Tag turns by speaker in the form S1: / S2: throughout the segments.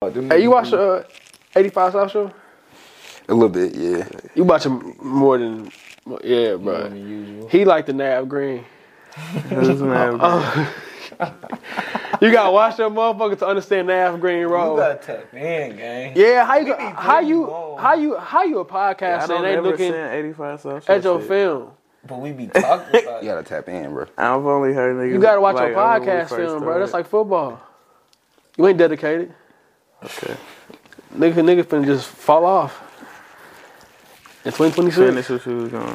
S1: Like, them
S2: Hey, you
S1: niggas
S2: watch
S1: do-
S2: uh, 85 South Show?
S1: a little bit, yeah.
S2: You watch him more than, yeah,
S3: More
S2: bro.
S3: than usual.
S2: He like the Nav Green.
S4: This man, bro.
S2: You gotta watch that motherfucker to understand Nav Green
S3: You
S2: role.
S3: got tucked in, gang.
S2: Yeah, how you how
S3: pretty
S2: you
S3: long.
S2: how you how you a
S4: I
S2: podcast and
S4: don't
S2: they
S4: ever
S2: looking
S4: seen 85 South
S2: at your
S4: shit.
S2: film?
S3: But we be talking about
S1: You
S3: it.
S1: gotta tap in, bro.
S4: I've only heard niggas.
S2: You gotta watch
S4: like,
S2: your
S4: only when we
S2: podcast
S4: first
S2: film, bro. That's
S4: started.
S2: like football. You ain't dedicated.
S4: Okay.
S2: Nigga, nigga finna just fall off. In 2026,
S4: Finish what you was going.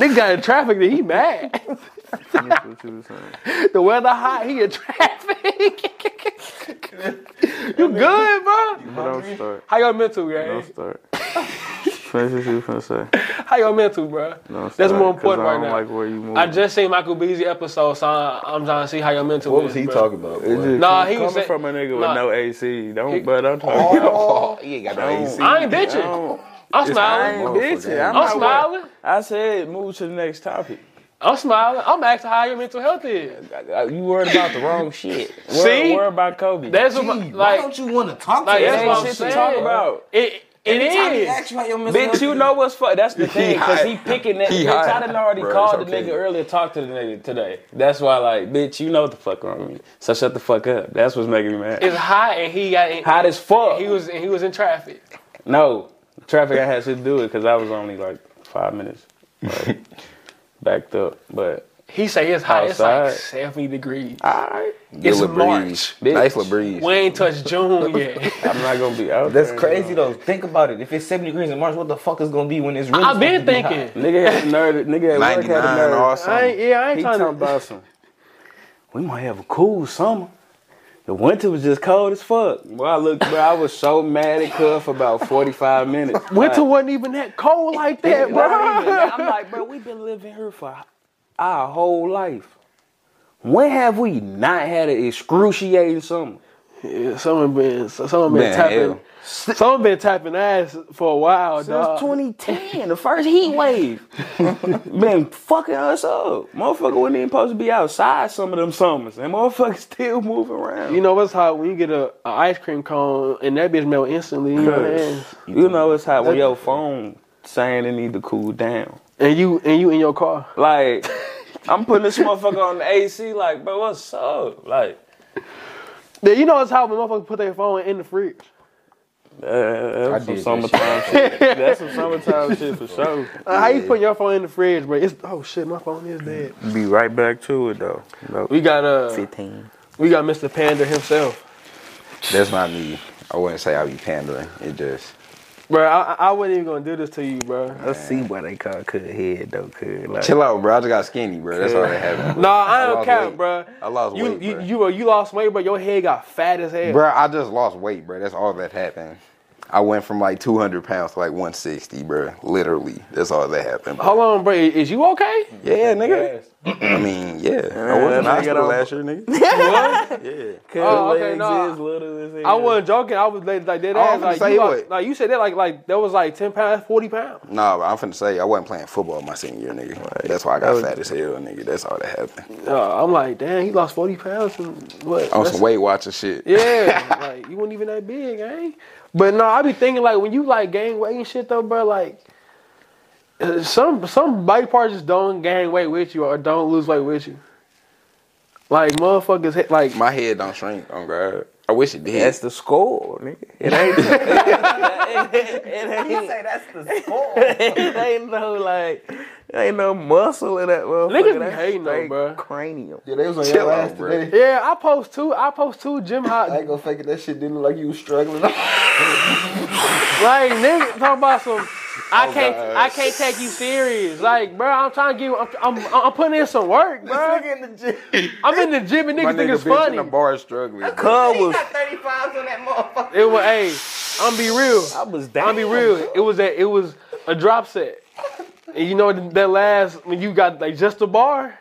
S2: nigga got in traffic that he mad.
S4: Finish what you was saying.
S2: the weather hot, he in traffic. you good, bro?
S4: But don't start.
S2: How your mental, gang?
S4: Don't start. Finish what you was gonna say.
S2: How your mental, bro?
S4: Don't
S2: That's
S4: start,
S2: more
S4: 'cause
S2: important
S4: I
S2: right
S4: don't
S2: now.
S4: like where you move.
S2: I just seen Michael Beasley episode, so I- I'm trying to see how your mental
S1: What
S2: is,
S1: was he
S2: bro.
S1: talking about?
S4: It just
S2: Nah,
S4: come-
S2: uh, he was
S4: coming
S2: say-
S4: from a nigga with
S2: nah.
S4: no AC. Don't, bro. Don't talk. about-
S1: Oh, he ain't got no AC.
S2: I ain't bitching.
S4: Don't.
S2: I'm
S4: I ain't
S2: smiling.
S4: bitching. I'm,
S2: I'm
S4: not wor-
S2: smiling.
S4: I said move to the next topic.
S2: I'm smiling. I'm asking how your mental health is.
S4: uh, You worried about the wrong shit.
S2: See?
S4: Worry, worry about Kobe.
S2: That's what,
S3: Gee,
S2: my-
S3: why
S2: like,
S3: don't you want to talk to
S2: like,
S3: us?
S2: that's
S4: ain't
S2: what I'm
S4: shit
S2: saying.
S4: to talk about.
S2: It, it
S3: Anytime he
S2: is.
S3: asks you how your mental
S4: Bitch,
S3: health
S4: you
S3: is,
S4: know what's fuck. That's the thing, cause
S1: high.
S4: he picking that.
S1: He
S4: bitch,
S1: high.
S4: I done already
S1: Bro,
S4: called
S1: it's
S4: the
S1: okay.
S4: nigga earlier, talked to the nigga today. That's why, like, bitch, you know what the fuck wrong with me. So shut the fuck up. That's what's making me mad.
S2: It's hot and he got in,
S4: Hot as fuck.
S2: he was he was in traffic.
S4: No, traffic. I had to do it because I was only like five minutes like, backed up. But
S2: He say it's hot. It's
S4: Outside.
S2: like 70 degrees.
S4: all right,
S1: Good
S2: It's
S1: little breeze.
S2: March.
S1: Nice little breeze.
S2: We ain't touched June yet.
S4: I'm not gonna be out.
S3: that's
S4: there,
S3: crazy though. Think about it. If it's 70 degrees in March, what the fuck is gonna be when it's really?
S2: I've been
S3: supposed to be hot?
S2: thinking.
S4: though. Nigga had a nerd. Nigga at work had a
S1: 99
S4: nerd.
S1: all
S2: I
S1: summer.
S2: ain't, yeah, I ain't
S4: He
S2: trying
S4: talking
S2: to.
S4: about some. We might have a cool summer. The winter was just cold as fuck. Well, I looked, bro. I was so mad at Cuff for about forty five minutes.
S2: Winter wasn't even that cold like that,
S4: Like, not even
S2: bro.
S4: that. I'm like, bro, we've been living here for our whole life. When have we not had an excruciating summer?
S2: Yeah, someone been someone been
S1: Man,
S2: tapping
S1: hell.
S2: someone been tapping ass for a while, dog.
S4: Since 2010, the first heat wave. Been fucking us up. Motherfucker wasn't even supposed to be outside some of them summers, and motherfuckers still moving around.
S2: You know what's hot when you get a, a ice cream cone and that bitch melt instantly in your hands,
S4: You know it's hot when your phone saying it need to cool down.
S2: and you and you in your car.
S4: Like I'm putting this motherfucker on the AC. Like, bro, what's up? Like,
S2: Then You know it's hot when motherfuckers put their phone in the fridge.
S4: uh, that's some
S3: did that
S4: summertime shit. That's some summertime shit for sure.
S2: Like, How you putting your phone in the fridge, bro? It's oh shit, my phone is dead.
S4: Be right back to it though. No.
S2: We got uh,
S4: 15.
S2: we got Mr. Panda himself,
S1: That's not me. I wouldn't say I be pandering. It just
S2: bro. I, I I wasn't even gonna do this to you, bro.
S4: I see why they call Cud head though, Cud. Like,
S1: chill out, bro. I just got skinny, bro. That's all that happened.
S2: Nah, I don't
S1: lost
S2: count,
S1: weight.
S2: bro.
S1: I lost
S2: You
S1: weight,
S2: you
S1: bro.
S2: you, bro, you lost weight, bro. Your head got fat as hell.
S1: Bro, I just lost weight, bro. That's all that happened. I went from like 200 pounds to like 160, bro. Literally, that's all that happened. bro.
S2: Hold on, bro. Is you okay?
S1: Oh, Yeah, nigga.
S4: Yes.
S1: I mean, yeah. I was
S4: that
S1: in
S4: nigga
S1: hospital
S4: don't-
S1: last year, nigga.
S4: Cud
S2: Oh, okay,
S4: legs
S2: nah.
S4: is little as hell.
S2: I wasn't joking. I was like, like that
S1: I
S2: ass.
S1: was
S2: Like
S1: gonna
S2: you,
S1: say
S2: lost-
S1: what?
S2: like you said that like like that was like ten pounds, forty pounds.
S1: Nah, but I'm finna say I wasn't playing football my senior year, nigga. That's why I got fat as hell, nigga. That's all that happened.
S2: Uh, I'm like, damn, he lost forty pounds and what?
S1: On
S2: that's-
S1: some Weight Watcher shit.
S2: Yeah, like you weren't even that big, eh? But no, I be thinking like when you like gain weight and shit though, bro. Like uh, some some body parts just don't gain weight with you or don't lose weight with you. Like motherfuckers, hit- like
S1: My head don't shrink. Oh God, I wish it did.
S4: That's the score, nigga. It ain't. it,
S3: He
S4: ain't
S3: say that's the score.
S4: it ain't no like. It ain't no muscle in that motherfucker.
S2: Niggas be
S4: That's
S2: hating though,
S4: straight
S2: bruh.
S4: Cranium.
S3: yeah, they was on
S1: your Chill ass out, bro. today.
S2: yeah, I post two. I post two gym hot
S3: ain't gonna fake it. That shit didn't look like you was struggling.
S2: Like nigga talking about some. I can't.
S1: Oh, God.
S2: I can't take you serious. Like, bro, I'm trying to give. I'm. I'm, I'm putting in some work, bro.
S3: in the gym.
S2: I'm in the gym and
S1: my
S2: niggas think
S1: nigga
S2: it's
S1: bitch
S2: funny.
S1: in the bar struggling. bro.
S4: Cub was.
S3: 35s on that motherfucker.
S2: It was. Hey, I'm be real.
S4: I was down.
S2: I'm be real. It was that. It was a drop set. And you know that last when you got like just the bar,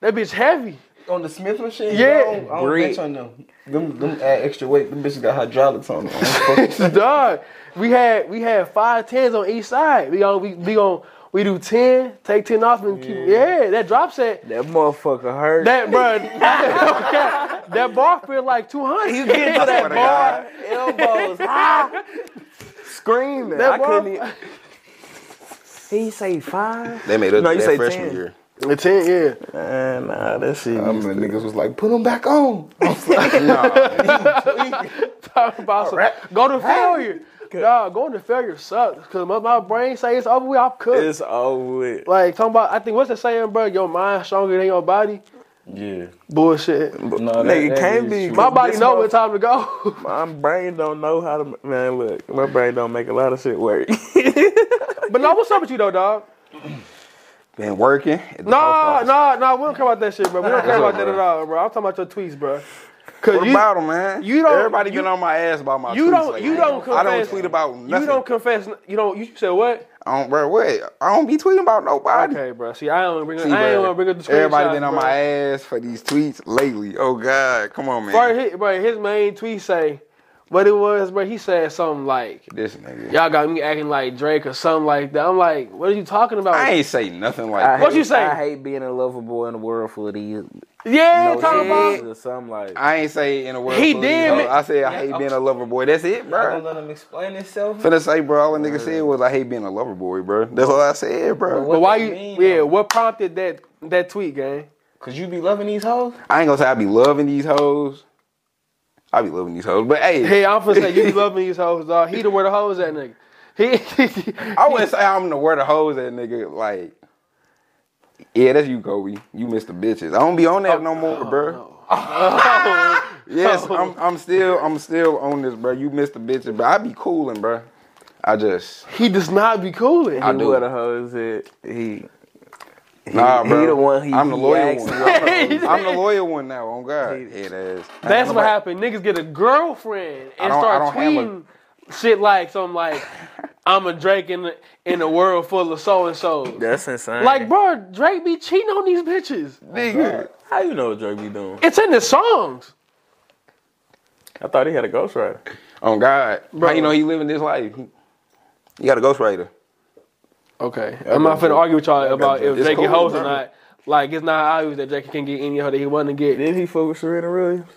S2: that bitch heavy.
S3: On the Smith machine?
S2: Yeah.
S3: I don't, I don't
S4: Brick.
S3: bitch on them. Them, them add extra weight. Them bitches got hydraulics on them. I don't fuck with
S2: Dog, we had we had five tens on each side. We on we we on we do ten, take ten off and keep. Yeah, that drop set.
S4: That motherfucker hurt.
S2: That bro, That bar feel like 200.
S4: You get to that
S1: to
S4: bar, elbows high, screaming.
S2: That
S4: I
S2: bar-
S4: couldn't. e- Even, he say five.
S1: They made us
S4: No,
S1: no,
S4: you
S1: that
S4: say
S1: freshman
S4: 10.
S1: year.
S2: It's in, yeah.
S4: Man, nah, that's it.
S3: I remember niggas was like, put them back on.
S2: Talking about some, go to failure. Nah, going to failure sucks. Cause my, my brain say it's over with, I'm cooked.
S4: It's over with.
S2: like talking about, I think what's the saying, bro? Your mind stronger than your body.
S3: Yeah.
S2: Bullshit.
S3: No,
S4: Nigga, can't be.
S2: My body
S4: This
S2: know
S4: mother-
S2: what time to go.
S4: My brain don't know how to. Man, look, my brain don't make a lot of shit work.
S2: but no, what's up with you though, dog?
S1: Been working. at the
S2: Nah,
S1: post office.
S2: nah, nah. We don't care about that shit, bro. We don't care about that at all, bro. I'm talking about your tweets, bro. Cause
S1: What
S2: you,
S1: about 'em, man?
S2: you don't-
S1: Everybody
S2: you-
S1: been on my ass about my
S2: you
S1: tweets
S2: don't,
S1: lately.
S2: you don't. Confess,
S1: I don't tweet about nothing.
S2: You don't confess. You don't. You said what?
S1: I don't, bro, what? I don't be tweeting about nobody.
S2: Okay, bro. See, I don't bring. Up,
S1: See,
S2: I ain't
S1: bro,
S2: want to bring up the screenshot.
S1: Everybody been on
S2: bro.
S1: my ass for these tweets lately. Oh God, come on, man.
S2: Bro, his, bro, his main tweet say, "What it was, bro." He said something like,
S1: this nigga.
S2: "Y'all got me acting like Drake or something like that." I'm like, "What are you talking about?"
S1: I ain't say nothing like
S4: I
S1: that.
S2: What
S4: hate-
S2: you say?
S4: I hate being a lovable in a world full of these.
S2: yeah, talking
S4: shades
S2: about.
S4: or something like.
S1: I ain't say in a word.
S2: He
S1: for
S2: did,
S1: you.
S2: man.
S1: I said I hate being a lover boy. That's it,
S3: I don't
S1: bro.
S3: let them explain itself.
S1: Finna say, bro, all a nigga said was I hate being a lover boy, bro. That's all I said, bro.
S3: What
S2: But why
S3: they
S2: you?
S3: mean,
S2: yeah,
S3: though.
S2: what prompted that that tweet, gang?
S3: Cause you be loving these hoes.
S1: I ain't gonna say I be loving these hoes. I be loving these hoes, but hey,
S2: Hey, I'm finna say you be loving these hoes, dog. He the where the hoes at, nigga. He,
S1: I wouldn't say I'm the word of hoes that nigga. Like, yeah, that's you, Kobe. You missed the bitches. I don't be on
S3: Oh,
S1: that no more, bro.
S2: Oh,
S1: yes, I'm. I'm still. I'm still on this, bro. You missed the bitches, but I be cooling, bro. I just
S2: he does not be cooling.
S1: I
S4: he
S1: do.
S4: Where the hoe is it? He.
S1: nah,
S4: he
S1: bro.
S4: the one he-
S1: I'm the
S4: he
S1: loyal
S4: asks
S1: one.
S4: you.
S1: I'm the, I'm the loyal one now. On God, head ass.
S2: That's what happened. Niggas get a girlfriend and
S1: don't-
S2: start
S1: I don't have
S2: tweeting shit like something like, "I'm a Drake in the, in a world full of so and so."
S4: That's insane.
S2: Like, bro, Drake be cheating on these bitches.
S1: nigga.
S4: how you know what Drake be doing?
S2: It's in the songs.
S4: I thought he had a ghostwriter.
S1: On God, bro.
S2: Bro.
S1: How you know he living this life? He, he got a ghostwriter.
S2: Okay, I'm not finna argue with y'all about if
S1: It's
S2: Drake get
S1: cool,
S2: hoes or
S1: bro.
S2: not. Like, it's not obvious that Drake can get any hoe that he want to get.
S4: Did he fuck with Serena Williams?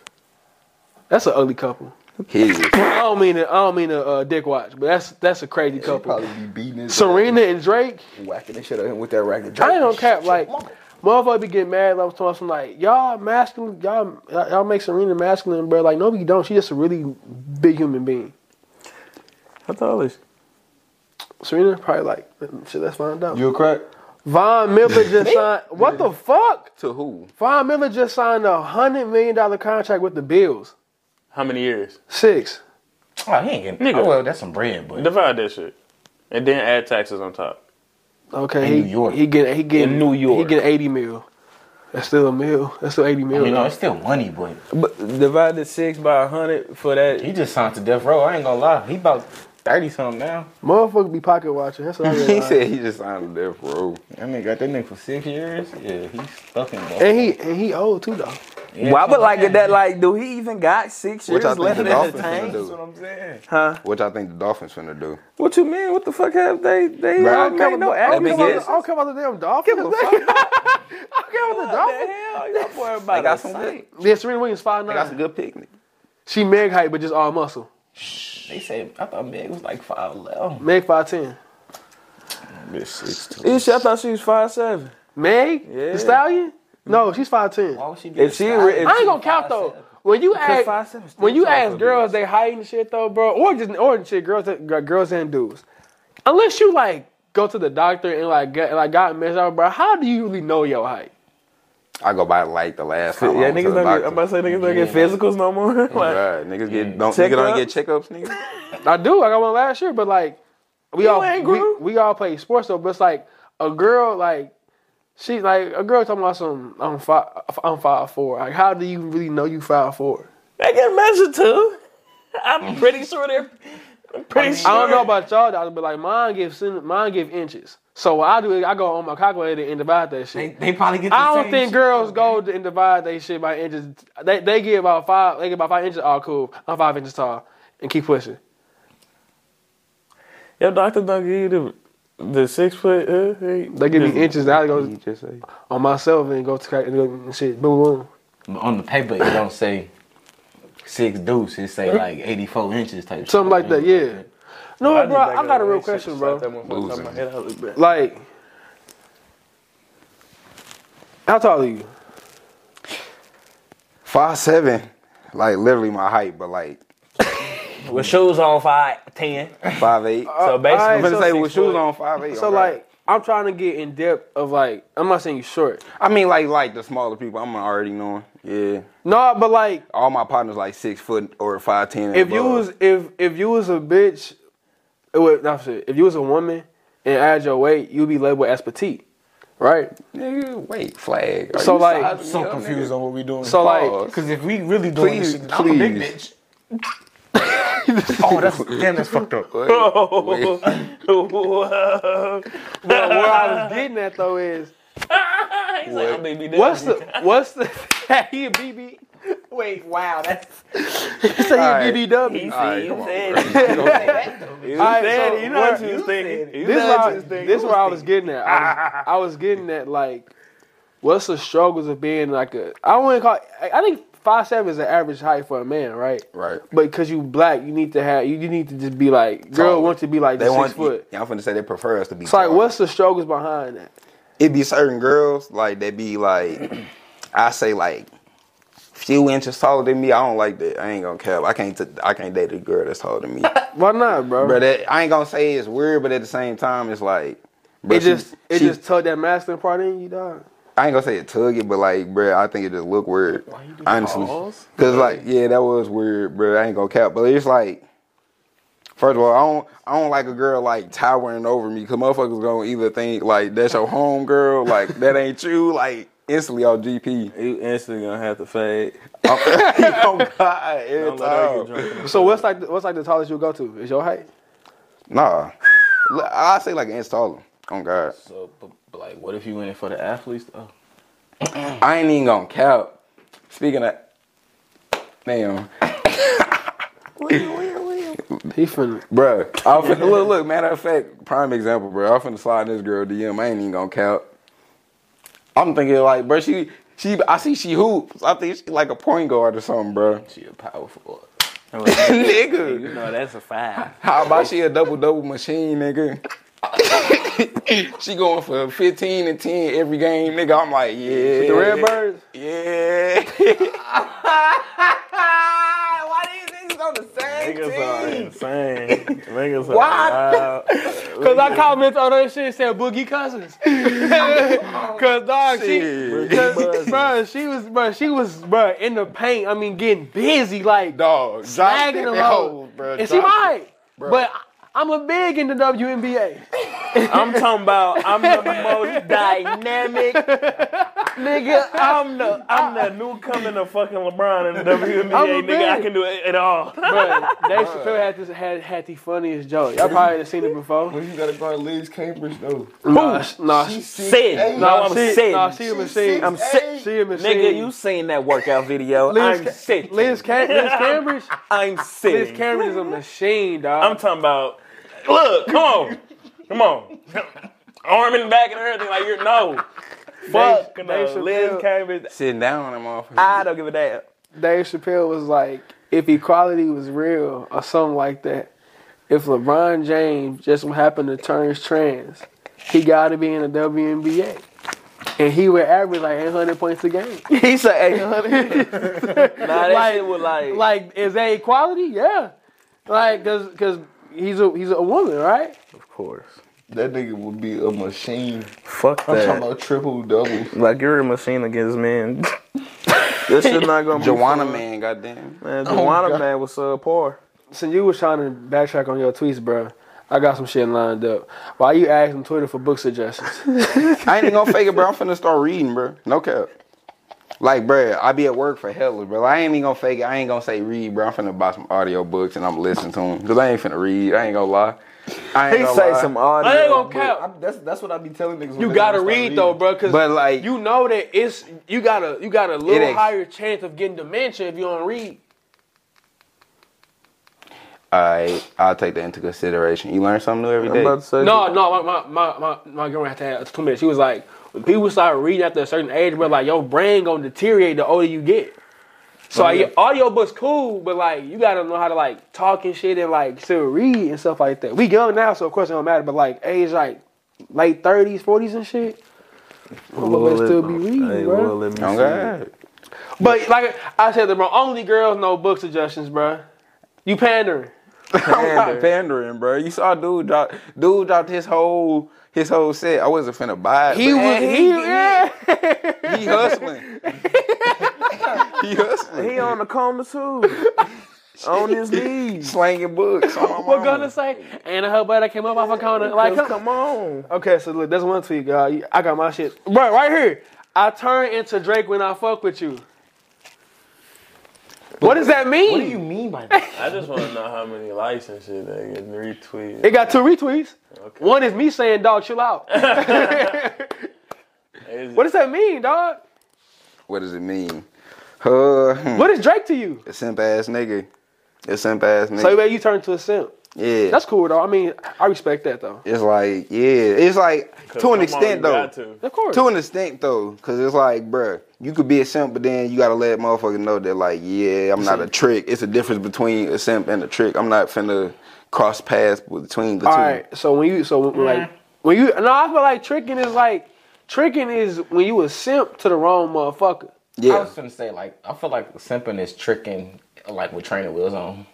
S2: That's an ugly couple.
S1: He is.
S2: I don't mean to, I don't mean to uh, dick watch, but that's that's a crazy couple.
S3: Probably be beating his
S2: Serena and Drake.
S3: whacking the shit out of him with that racket.
S2: I ain't no cap. Like, motherfucker be getting mad. Like, I was talking some like, y'all masculine, y'all, y'all make Serena masculine, bro. Like, no, we don't. She just a really big human being.
S4: How tall is she?
S2: Serena probably like, shit, let's find out.
S3: You a crack?
S2: Von Miller just signed. What the fuck?
S1: to who?
S2: Von Miller just signed a hundred million dollar contract with the Bills.
S4: How many years?
S2: Six.
S3: Oh, he ain't getting.
S4: Nigga.
S3: Oh, well, that's some bread, but
S4: Divide that shit, and then add taxes on top.
S2: Okay.
S3: In
S2: he,
S3: New York.
S2: He getting. He getting.
S4: In New
S2: He
S4: York.
S2: getting eighty mil. That's still a mil. That's still eighty mil.
S3: you know
S2: though.
S3: it's still money, but
S4: But divide the six by a hundred for that.
S3: he just signed to death row. I ain't gonna lie. He about thirty something now.
S2: Motherfucker be pocket watching. That's all I
S1: He
S2: realize.
S1: said he just signed a death row.
S3: That nigga got that nigga for six years. Yeah, he's stuck in.
S2: And he and he old too though.
S3: Yeah,
S4: Why would like it that like? Do he even got six
S1: What
S4: years
S1: y'all think
S4: left
S1: the
S4: in the
S1: Dolphins finna
S4: tank?
S3: That's what
S1: do?
S3: I'm saying.
S4: Huh?
S1: What y'all think the Dolphins finna do?
S4: What you mean? What the fuck have they? They
S1: Bro,
S4: don't
S1: I
S4: make no
S2: I don't
S1: big
S2: care about
S4: accusations.
S2: the- I don't care about the damn Dolphins. I don't care about the
S4: What the
S2: Dolphins.
S4: hell? Y'all worried
S1: They
S4: about
S1: got
S4: us?
S1: some good.
S2: Yeah, Serena Williams five
S1: They got some
S2: nine.
S1: good picnic.
S2: She Meg height, but just all muscle.
S3: They say I thought Meg was like five eleven.
S2: Meg five ten.
S3: Bitch, six two.
S4: Isha, I thought she was five seven.
S2: Meg
S4: Yeah.
S2: the stallion. No, she's five ten.
S3: Why would she be?
S4: If she, re- if
S2: I ain't
S4: she-
S2: gonna count though. When you ask
S4: five seven still
S2: when you
S4: tall for
S2: ask
S4: a
S2: girls they height and shit though, bro, or just or shit girls and- gr- girls and dudes, unless you like go to the doctor and like get, like got measured out, bro, how do you really know your height?
S1: I go by like the last time. I
S4: yeah,
S1: went to
S4: niggas
S1: the
S4: don't get, I'm about
S1: doctor.
S4: to say niggas don't get physicals no more. like,
S1: Right, niggas get don't nigga
S4: Checkups?
S1: don't get checkups, nigga.
S2: I do. I got one last year, but like we
S4: You
S2: all
S4: ain't
S2: we,
S4: grew.
S2: we all play sports though. But it's like a girl like she like a girl talking about some I'm five I'm five four. Like how do you really know you five four?
S4: they get measured too. I'm pretty sure they're. I'm pretty sure.
S2: I don't know about y'all, though, but like mine give cent- mine give inches. So what I do is I go on my calculator and divide that shit.
S3: they probably get. The
S2: I don't
S3: same
S2: think
S3: shit.
S2: girls go and divide they shit by inches. They they get about five. They get about five inches. All cool. I'm five inches tall, and keep pushing.
S4: Your doctor don't give you the, the six foot. Uh,
S2: They give me inches. Now I go
S1: Just say
S2: on myself and go to cal- and go- and shit. Boom boom.
S3: on the paper, it don't say six deuce. It say like 84 inches type shit.
S2: Something like that, yeah. No,
S5: I
S2: bro,
S5: just
S2: I
S5: back
S2: got
S5: up
S2: a real
S5: and shit,
S2: question,
S5: slap
S2: bro.
S5: that motherfucker top of my head, I was like, bruh.
S2: Like, how tall are you?
S1: Five seven, like literally my height, but like
S3: With shoes on, five ten.
S1: five eight.
S3: So
S1: I'm
S3: basically,
S1: gonna
S2: Uh, so
S1: say
S2: six
S1: with shoes
S2: foot.
S1: on five eight.
S2: So like, I'm trying to get in depth of like, I'm not saying you short.
S1: I mean, like like the smaller people, I'm already knowing. Yeah,
S2: No, but like,
S1: all my partners like six foot or five ten.
S2: if you was if if you was a bitch, it would, not shit, if you was a woman and add your weight, you'd be labeled as petite, right?
S1: nigga, wait, flag. Are
S2: So,
S1: you
S2: like-
S1: sizing me
S3: so
S1: up,
S3: confused
S1: nigga?
S3: on what we doing.
S2: So like,
S1: Pause.
S3: because if we really doing this
S1: Please,
S3: shit, I'm a big
S1: please.
S3: bitch. oh, that's damn, that's fucked up.
S2: but where I was getting at though is what's the what's the he a BB?
S3: Wait, wow, that's
S2: He said
S1: All
S2: he
S1: right.
S2: a BBW.
S1: All right, come on, bro.
S2: All right, so
S5: you know what
S2: where-
S5: you was thinking. You
S2: this
S5: know
S2: where
S5: what
S2: I,
S5: you was thinking.
S2: this where I was getting at. I was, I was getting at like, what's the struggles of being like a? I wouldn't call. I I think five seven is the average height for a man, right?
S1: Right.
S2: But because you black, you need to have you, you need to just be like girl
S1: Taller.
S2: want to be like
S1: They
S2: six
S1: want.
S2: foot.
S1: Yeah, I'm finna say they prefer us to be.
S2: It's like
S1: taller.
S2: what's the struggles behind that?
S1: it be certain girls like they be like I say like few inches taller than me. I don't like that. I ain't gonna cap. I can't. T- I can't date a girl that's taller than me.
S2: Why not, bro?
S1: but that, I ain't gonna say it's weird, but at the same time, it's like. bruh,
S2: it
S1: she-
S2: just it
S1: she-
S2: just tugged that masculine part in you, dog.
S1: I ain't gonna say it tug it, but like, bruh, I think it just look weird. honestly, because like, yeah, that was weird, bruh. I ain't gonna cap, but it's like, first of all, I don't, I don't like a girl like towering over me, cause motherfuckers gonna either think like that's your home girl, like that ain't you, like instantly on GP.
S5: You instantly gonna have to fade.
S1: oh God, every
S5: Don't let her get
S1: time.
S5: drunk.
S2: So what's like the- what's like the tallest you'll go to? Is your height?
S1: Nah, Look, I say like an inch taller. Oh God,
S3: so. But, but like, what if you went in for the athletes though?
S1: I ain't even gonna cap. Speaking of, damn.
S2: He finna.
S1: Bruh, I was finna, look, look, matter of fact, prime example, bro. I was finna slide in this girl DM. I ain't even gonna count. I'm thinking like, bruh, she, she, I see she hoops. I think she like a point guard or something, bruh.
S3: She a powerful.
S1: nigga,
S5: You know that's a five.
S1: how about she a double double machine, nigga? she going for 15 and 10 every game, nigga. I'm like, yeah,
S2: The Redbirds.
S1: yeah. Why these niggas on the same
S5: Niggas are
S1: team?
S5: insane. Niggas are
S1: Why?
S5: wild.
S2: Cause I commented on that shit and said Boogie Cousins. Cause dog,
S1: Shit.
S2: she, cause, bro, she was, bro, she was, bro, in the paint. I mean, getting busy, like
S1: Dog,
S2: snagging them hoes,
S1: bro.
S2: and she might. But I, am a big in the WNBA.
S5: I'm talking about I'm the most dynamic nigga. I'm the I'm the new coming of fucking LeBron in the
S2: I'm
S5: WNBA
S2: a
S5: nigga. I
S2: big-
S5: can do it at all.
S2: Bro, Dave Chappelle had this had had the funniest joke. Y'all probably have seen it before.
S6: When you gotta guard Liz Cambridge though.
S2: Nah, sh- nah, sh-
S5: Sid, no,
S2: nah,
S5: I'm
S2: she,
S5: Sid.
S2: nah, she a machine.
S5: I'm sick.
S2: She a machine.
S5: Nigga, you seen that workout video?
S2: Liz,
S5: I'm
S2: Ca-
S5: sick.
S2: Liz, Ca- Liz Cambridge.
S5: I'm
S2: Liz
S5: sick.
S2: Cambridge is a machine, dog.
S5: I'm talking about. Look, come on, come on. Arm in the back and everything like you're no. Fuck,
S2: Dave
S5: no. Liz
S2: Chappelle.
S5: Cambridge.
S1: Sitting down on that motherfucker.
S5: I don't give a damn.
S2: Dave Chappelle was like, if equality was real or something like that, if LeBron James just happened to turn trans, he got to be in the WNBA. And he would average like 800 points a game.
S5: He said 800. nah, that
S2: Like-
S5: shit was like,
S2: like, is that equality? Yeah. Like, cause, cause he's a he's a woman, right?
S5: of course.
S6: That nigga would be a machine.
S5: Fuck
S6: I'm
S5: that.
S6: talking about triple double.
S5: Like you're a machine against men. this is not gonna be.
S1: Joanna man, goddamn.
S5: Man,
S2: Oh,
S5: Juana man was subpar.
S2: Since you was trying to backtrack on your tweets, bro, I got some shit lined up. Why you asking Twitter for book suggestions?
S1: I ain't even gonna fake it, bro. I'm finna start reading, bro. No cap. Like, bro, I be at work for hella, bro. I ain't even gonna fake it. I ain't gonna say read, bro. I'm finna buy some audio books and I'm listening to them. Cause I ain't finna read. I ain't gonna lie. I ain't
S5: He
S1: gonna
S5: say
S1: lie.
S5: some odd.
S2: I ain't gonna cap.
S6: I, that's that's what I be telling niggas. when
S2: You
S6: they
S2: gotta
S6: wanna start
S2: read though, bro, because
S1: But, like-
S2: you know that it's you got a you got a
S1: It
S2: little
S1: ain't-
S2: higher chance of getting dementia if you don't read.
S1: I I'll take that into consideration. You learn something new every day.
S6: say
S2: No, no, my my my my, my girl had to have two minutes. She was like, when people start reading after a certain age, but like your brain gonna deteriorate the older you get.
S1: Oh,
S2: So like, your audiobooks cool, but like you gotta know how to like talk and shit and like still read and stuff like that. We young now, so of course it don't matter. But like age like late thirties, forties and shit, audiobooks still be reading, bro.
S5: let
S1: Oh,
S5: me
S1: Okay.
S2: But like I said, bro, only girls know book suggestions, bro. You pandering.
S1: pandering. pandering, bro. You saw dude drop dude dropped his whole his whole set. I wasn't finna buy it.
S2: He
S1: but
S2: was he, yeah.
S1: he hustling. he hustling.
S5: He on the coma too. on his knees.
S1: slanging books. on my
S2: We're
S1: mama.
S2: gonna say, and her buddy came up off a corner. Like, come,
S5: Come on.
S2: Okay, so look, that's one tweet, God. You- I got my shit. Bro, right here. I turn into Drake when I fuck with you. What does that mean?
S3: mean by that?
S4: I just want to know how many likes and shit they get retweeted.
S2: It got two retweets.
S4: Okay.
S2: One is me saying, dog, chill out.
S4: It's-
S2: what does that mean, dog?
S1: What does it mean? Uh, hmm.
S2: What is Drake to you?
S1: a simp ass nigga. A simp ass nigga.
S2: So, man, you turn to a simp.
S1: yeah.
S2: That's cool, though. I mean, I respect that, though.
S1: it's like, yeah. It's like to
S4: come
S1: an
S4: on,
S1: extent
S4: you
S1: though.
S4: got to.
S2: Of course.
S1: To an extent though, cause it's like, bruh, you could be a simp, but then you gotta let motherfucker know that, like, yeah, I'm not a trick. It's a difference between a simp and a trick. I'm not finna cross paths between the
S2: All
S1: two.
S2: right. So when you so when, like when you no, I feel like tricking is like tricking is when you a simp to the wrong motherfucker.
S1: Yeah,
S3: I was gonna say like I feel like simping is tricking like with training wheels on.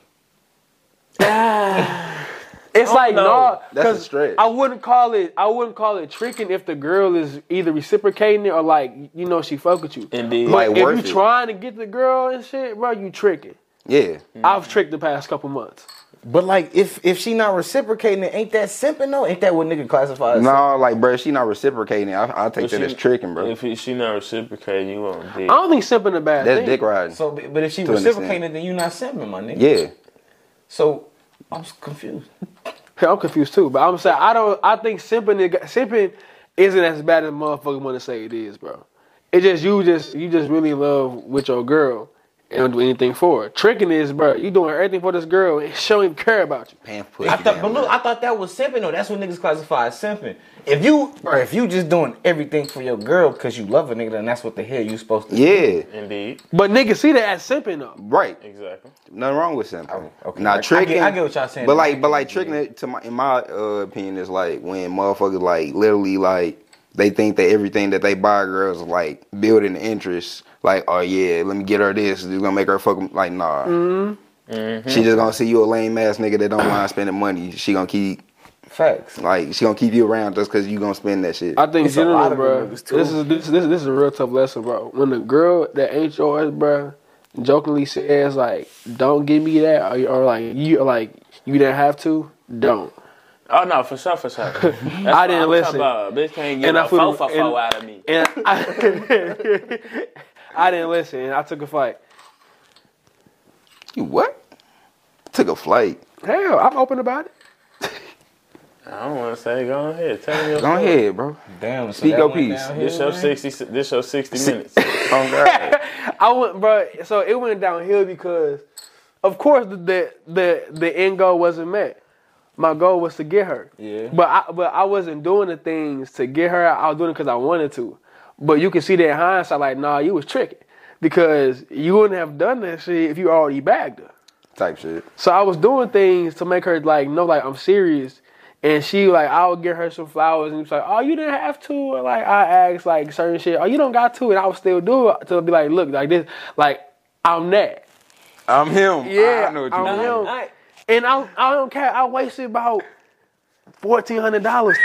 S2: It's like no,
S1: Oh, That's a
S2: 'cause
S1: stretch.
S2: I wouldn't call it. I wouldn't call it tricking if the girl is either reciprocating it or like you know she fuck with you.
S4: Indeed.
S2: But
S1: Like,
S2: if
S1: worth
S2: you
S1: it.
S2: trying to get the girl and shit, bro, you tricking.
S1: yeah.
S2: I've tricked the past couple months.
S3: But like if if she not reciprocating, it ain't that simping though? Ain't that what nigga classifies?
S1: No, like, bruh, she not reciprocating. I, I take
S4: If
S1: that
S4: she-
S1: as tricking, bro.
S4: If he- she not reciprocating, you won't dick.
S2: I don't think simping a bad
S1: That's
S2: thing.
S1: dick riding.
S3: So, but but if she
S1: To an
S3: reciprocating,
S1: extent.
S3: then you not simping, my nigga.
S1: yeah,
S3: So I'm s- confused.
S2: Hell, I'm confused too, but I'm saying I don't. I think simping it- simping isn't as bad as motherfuckers want to say it is, bro. It just you just you just really in love with your girl and don't do anything for her. Tricking is, bro, you doing everything for this girl and she don't even care about you.
S1: pan pussy.
S3: I thought,
S1: down,
S3: but look, I thought that was simping. though. that's what niggas classify as simping. If you, or if you just doing everything for your girl because you love a nigga, then that's what the hell you supposed to.
S1: bruh. yeah,
S4: Indeed.
S2: But niggas see that as simping though.
S1: right.
S4: Exactly.
S1: Nothing wrong with simp.
S3: Oh, okay. I- I
S1: Now
S3: get-
S1: tricking,
S3: I get what y'all saying.
S1: But like, but
S3: I
S1: like
S3: get
S1: tricking it to my, in my uh, opinion, is like when motherfuckers like literally like they think that everything that they buy girls like building interest. Like, oh yeah, let me get her this. It's gonna make her fuck. with-" Like, nah.
S3: Mm-hmm.
S1: She just gonna see you a lame ass nigga that don't mind spending money. She gonna keep
S3: Facts.
S1: like she gonna keep you around just cause you gonna spend that shit.
S2: I think
S3: a
S2: generally,
S3: lot of
S2: bro,
S3: them
S2: this
S3: niggas, too.
S2: is this, this this is a real tough lesson, bro. When the girl that ain't yours, bro, jokingly says like, "Don't give me that," or, or like you or, like you didn't have to, don't.
S4: Oh no, for sure, for sure. That's
S2: I
S4: what
S2: didn't
S4: I'm
S2: listen.
S4: Talking about. Bitch can't get
S2: And
S4: a
S2: I flew-
S4: fofo
S2: and-
S4: out of me.
S2: And I, I didn't listen. And I took a fight.
S1: you what? Took a flight.
S2: Hell, I'm open about it.
S4: I don't want to say. Go ahead. Tell me. your
S1: Go
S4: story.
S1: ahead, bro.
S3: Damn. So
S1: Speak
S3: that
S1: your
S3: went
S1: piece.
S3: downhill,
S4: This your
S3: man?
S4: sixty. This your sixty minutes.
S1: Oh, God.
S2: I went, bro. So it went downhill because, of course, the the the, the end goal wasn't met. My goal was to get her.
S3: Yeah.
S2: But I but I wasn't doing the things to get her. I was doing it because I wanted to. But you can see that in hindsight, like, nah, you was tricking because you wouldn't have done that shit if you already bagged her.
S1: Type shit.
S2: So I was doing things to make her like know like I'm serious. And she like I would get her some flowers and she's like, Oh, you didn't have to or like I asked like certain shit, oh you don't got to and I would still do it to be like, look, like this like I'm that.
S1: I'm him.
S2: Yeah,
S1: I know what you
S2: I'm
S1: mean.
S2: him. And I I don't care, I wasted about fourteen hundred dollars.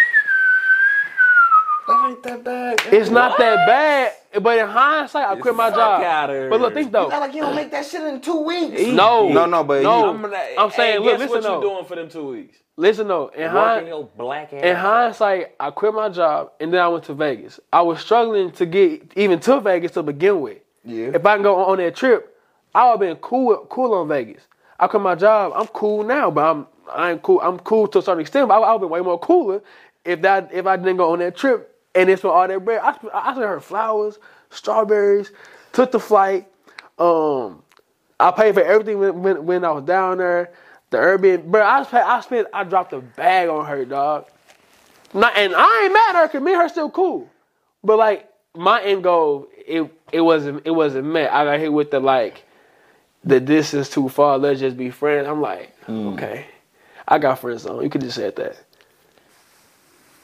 S5: That ain't that bad.
S2: It's not that bad, but in hindsight I quit my job.
S5: outta
S2: Ah. But look, think though.
S3: Like you don't make that shit in two weeks.
S2: No,
S1: No, no, but
S2: no.
S1: he-
S2: I'm, saying,
S4: hey,
S2: look,
S4: guess
S2: listen
S4: what
S2: though.
S4: you doing for them two weeks?
S2: Listen though. In hindsight,
S3: your black ass.
S2: In hindsight, I quit my job and then I went to Vegas. I was struggling to get even to Vegas to begin with.
S1: Yeah.
S2: If I can go on that trip, I would have been cool cool on Vegas. I quit my job. I'm cool now, but I'm I ain't cool. I'm cool to a certain extent. But I, I would have been way more cooler if that if I didn't go on that trip and it's with all that bread. I I sent her flowers, strawberries, took the flight. Um, I paid for everything when when, when I was down there. The Airbnb, bro. I spent, I spent, I dropped a bag on her, dog. Not, and I ain't mad at her, cause me and her still cool. But like my end goal, it it wasn't it wasn't met. I got hit with the like, the distance too far. Let's just be friends. I'm like, okay, I got friends on. You could just said that.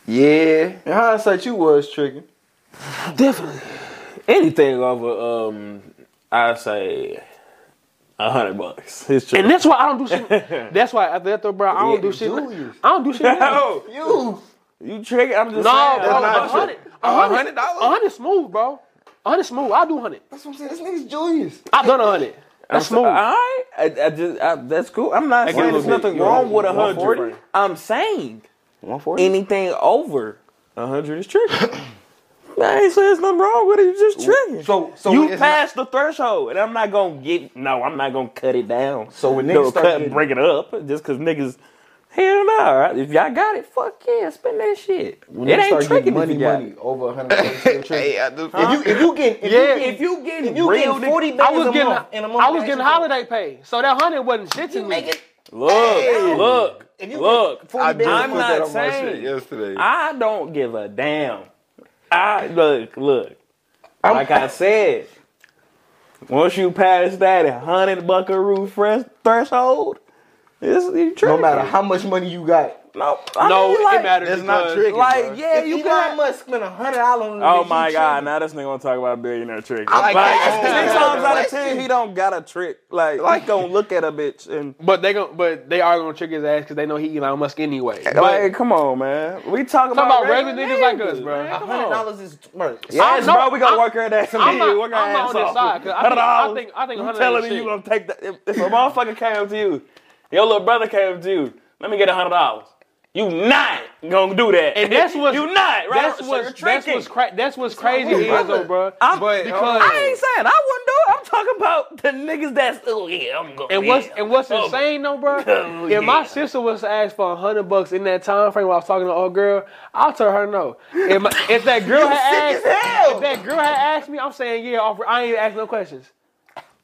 S1: Yeah.
S7: In hindsight, you was tricking.
S2: Definitely.
S8: Anything over, um, I say, a hundred bucks. It's true.
S2: And that's why I don't do shit. That's why after that though, bro, I don't do shit. like- I don't do shit. Like that.
S4: Oh, you. You trigger. I'm just
S2: No,
S4: saying.
S2: bro, a hundred, a hundred, a
S1: dollars?
S2: hundred smooth, bro. A hundred smooth. I do hundred.
S7: That's what I'm saying. This nigga's Julius.
S2: I've done a hundred. That's smooth.
S4: All right, I, I just I, that's cool. I'm not saying there's nothing wrong with a hundred. I'm saying
S7: 140?
S4: anything over a hundred is tricky. I ain't saying there's nothing wrong with it. You just tricking.
S7: So, so
S4: you
S7: it's
S4: passed the threshold, and I'm not gonna get. No, I'm not gonna cut it down.
S7: So when niggas
S4: Don't
S7: start
S4: cut and
S7: getting-
S4: break it up just because niggas. Hell no! Nah. If y'all got it, fuck yeah, spend that shit.
S7: When
S4: it
S7: niggas
S4: ain't
S7: start
S4: tricking
S7: getting
S4: if
S7: money,
S4: you got
S7: money
S4: it.
S7: over a hundred dollars. still tricking.
S1: Hey, I do.
S3: If you if you getting if
S2: Yeah.
S3: you getting, if you getting if
S4: you
S3: you
S4: real
S3: getting
S4: nigga-
S3: forty days
S2: I was
S3: a
S2: getting,
S3: month in a month,
S2: I was
S3: that
S2: getting
S3: shit-
S2: holiday pay, so that hundred wasn't shit to
S3: You
S2: me.
S3: make it
S4: Look, look,
S3: if you
S4: look.
S3: Get 40
S1: I
S3: days
S1: just
S3: a
S4: I'm
S1: put
S3: month,
S1: that
S4: not
S1: on my
S4: saying-
S1: shit yesterday.
S4: I don't give a damn. I look, look. like I said, once you pass that hundred buckaroo fresh threshold, it's you
S7: No
S4: tricky.
S7: matter how much money you got,
S4: No, I
S2: no,
S4: mean, like,
S2: it matters.
S1: That's not
S2: because-
S1: tricking.
S4: Like,
S1: bro.
S4: yeah,
S3: if
S4: you
S3: Elon
S4: got.
S3: Musk spend a hundred dollars on
S4: Oh
S3: this,
S4: my
S3: you
S4: god!
S3: tripping.
S4: Now this nigga gonna talk about billionaire trick.
S1: like
S2: oh,
S1: that.
S4: six times out of ten, he don't got a trick. Like, like gonna look at a bitch and
S2: But they gon' but they are gonna trick his ass because they know he Elon Musk anyway. But
S4: like, come on, man. We talking
S2: talk
S4: about,
S2: about regular niggas like us, bro.
S3: A hundred dollars is bro.
S4: Yes,
S2: I'm
S4: bro.
S2: not-
S4: We gonna
S2: I'm-
S4: work her ass.
S2: I'm not,
S4: Yeah,
S2: I'm
S4: work her
S2: not
S4: ass
S2: on this
S4: off.
S2: side because I
S4: $100.
S2: think I think I
S4: I'm
S2: think
S4: telling
S2: hundred.
S4: you, you gonna take that. If, if a motherfucker came up to you, your little brother came up to you, let me get a hundred dollars. You not gonna do that.
S2: And that's what's-
S4: you not right.
S2: That's
S4: So you're
S2: what's that's
S4: tricking.
S2: what's cra- that's what's crazy is though, bro.
S4: I'm-
S2: but because
S4: I ain't saying I wouldn't do it. I'm talking about the niggas that's oh yeah, I'm gonna.
S2: And
S4: yeah.
S2: what's and what's
S4: Oh.
S2: insane though, bro?
S4: Oh,
S2: if
S4: yeah.
S2: my sister was to ask for a hundred bucks in that time frame while I was talking to old girl, I'll tell her no. If, my, if that girl had asked, if that girl had asked me, I'm saying yeah. Offer, I ain't even ask no questions.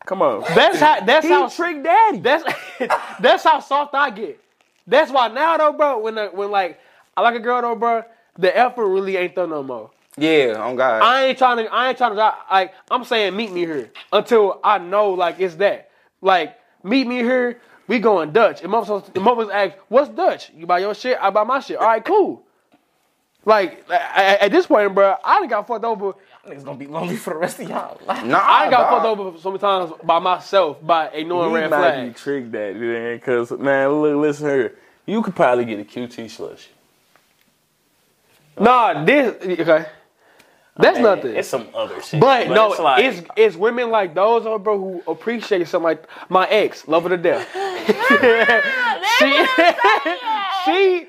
S4: Come on.
S2: That's how. That's how.
S4: He trick daddy.
S2: That's that's how soft I get. That's why now though, bro. When the, when like I like a girl though, bro, the effort really ain't done no more.
S1: yeah, on God.
S2: I ain't trying to. I ain't trying to. drive- Like I'm saying, meet me here until I know. Like it's that. Like meet me here. We going Dutch. And motherfuckers and motherfuckers ask, "What's Dutch? You buy your shit. I buy my shit. All right, cool." Like at, at this point, bro, I done got fucked over.
S3: niggas gonna be lonely for the rest of y'all life.
S1: nah,
S2: I done got
S1: dog.
S2: fucked over so many times by myself by ignoring
S4: You
S2: red
S4: might be
S2: flags.
S4: tricked that then, cause man, look, listen here. You could probably get a QT slush.
S2: Nah, this okay. That's nothing.
S8: It's some other shit.
S2: But, no,
S8: it's like,
S2: it's it's women like those, oh, bro, who appreciate something like my ex, love her to death. she, she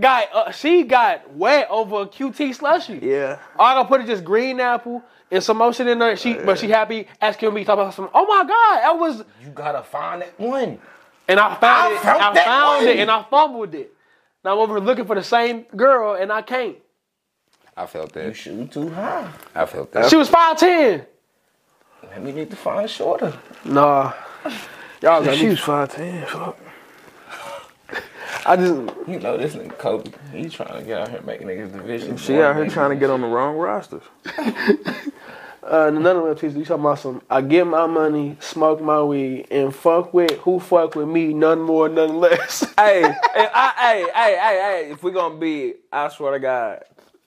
S2: got uh, she got wet over a QT slushy.
S4: Yeah.
S2: All I gotta put is just green apple and some more shit in there. She but she happy asking me talking about some. Oh my god, that was
S3: You gotta find that one.
S2: and I found
S3: I
S2: it.
S3: found
S2: I
S3: that
S2: found it
S3: one.
S2: and I fumbled it. Now I'm over here looking for the same girl and I can't.
S1: I felt
S3: You
S1: that.
S3: shoot too high.
S1: I felt that.
S2: She was five ten.
S3: Let me need to find shorter.
S4: Uh,
S2: Nah. Y'all got me.
S4: was five ten. Fuck.
S2: I just
S3: You know this nigga Kobe. He trying to get out here and make niggas division.
S4: She out here trying to get on the wrong rosters.
S2: Uh, none of them people. You talking about some? I get my money, smoke my weed, and fuck with who fuck with me. None more, none less.
S4: hey, if I, hey, hey, hey, hey, if we're gonna be, I swear to God,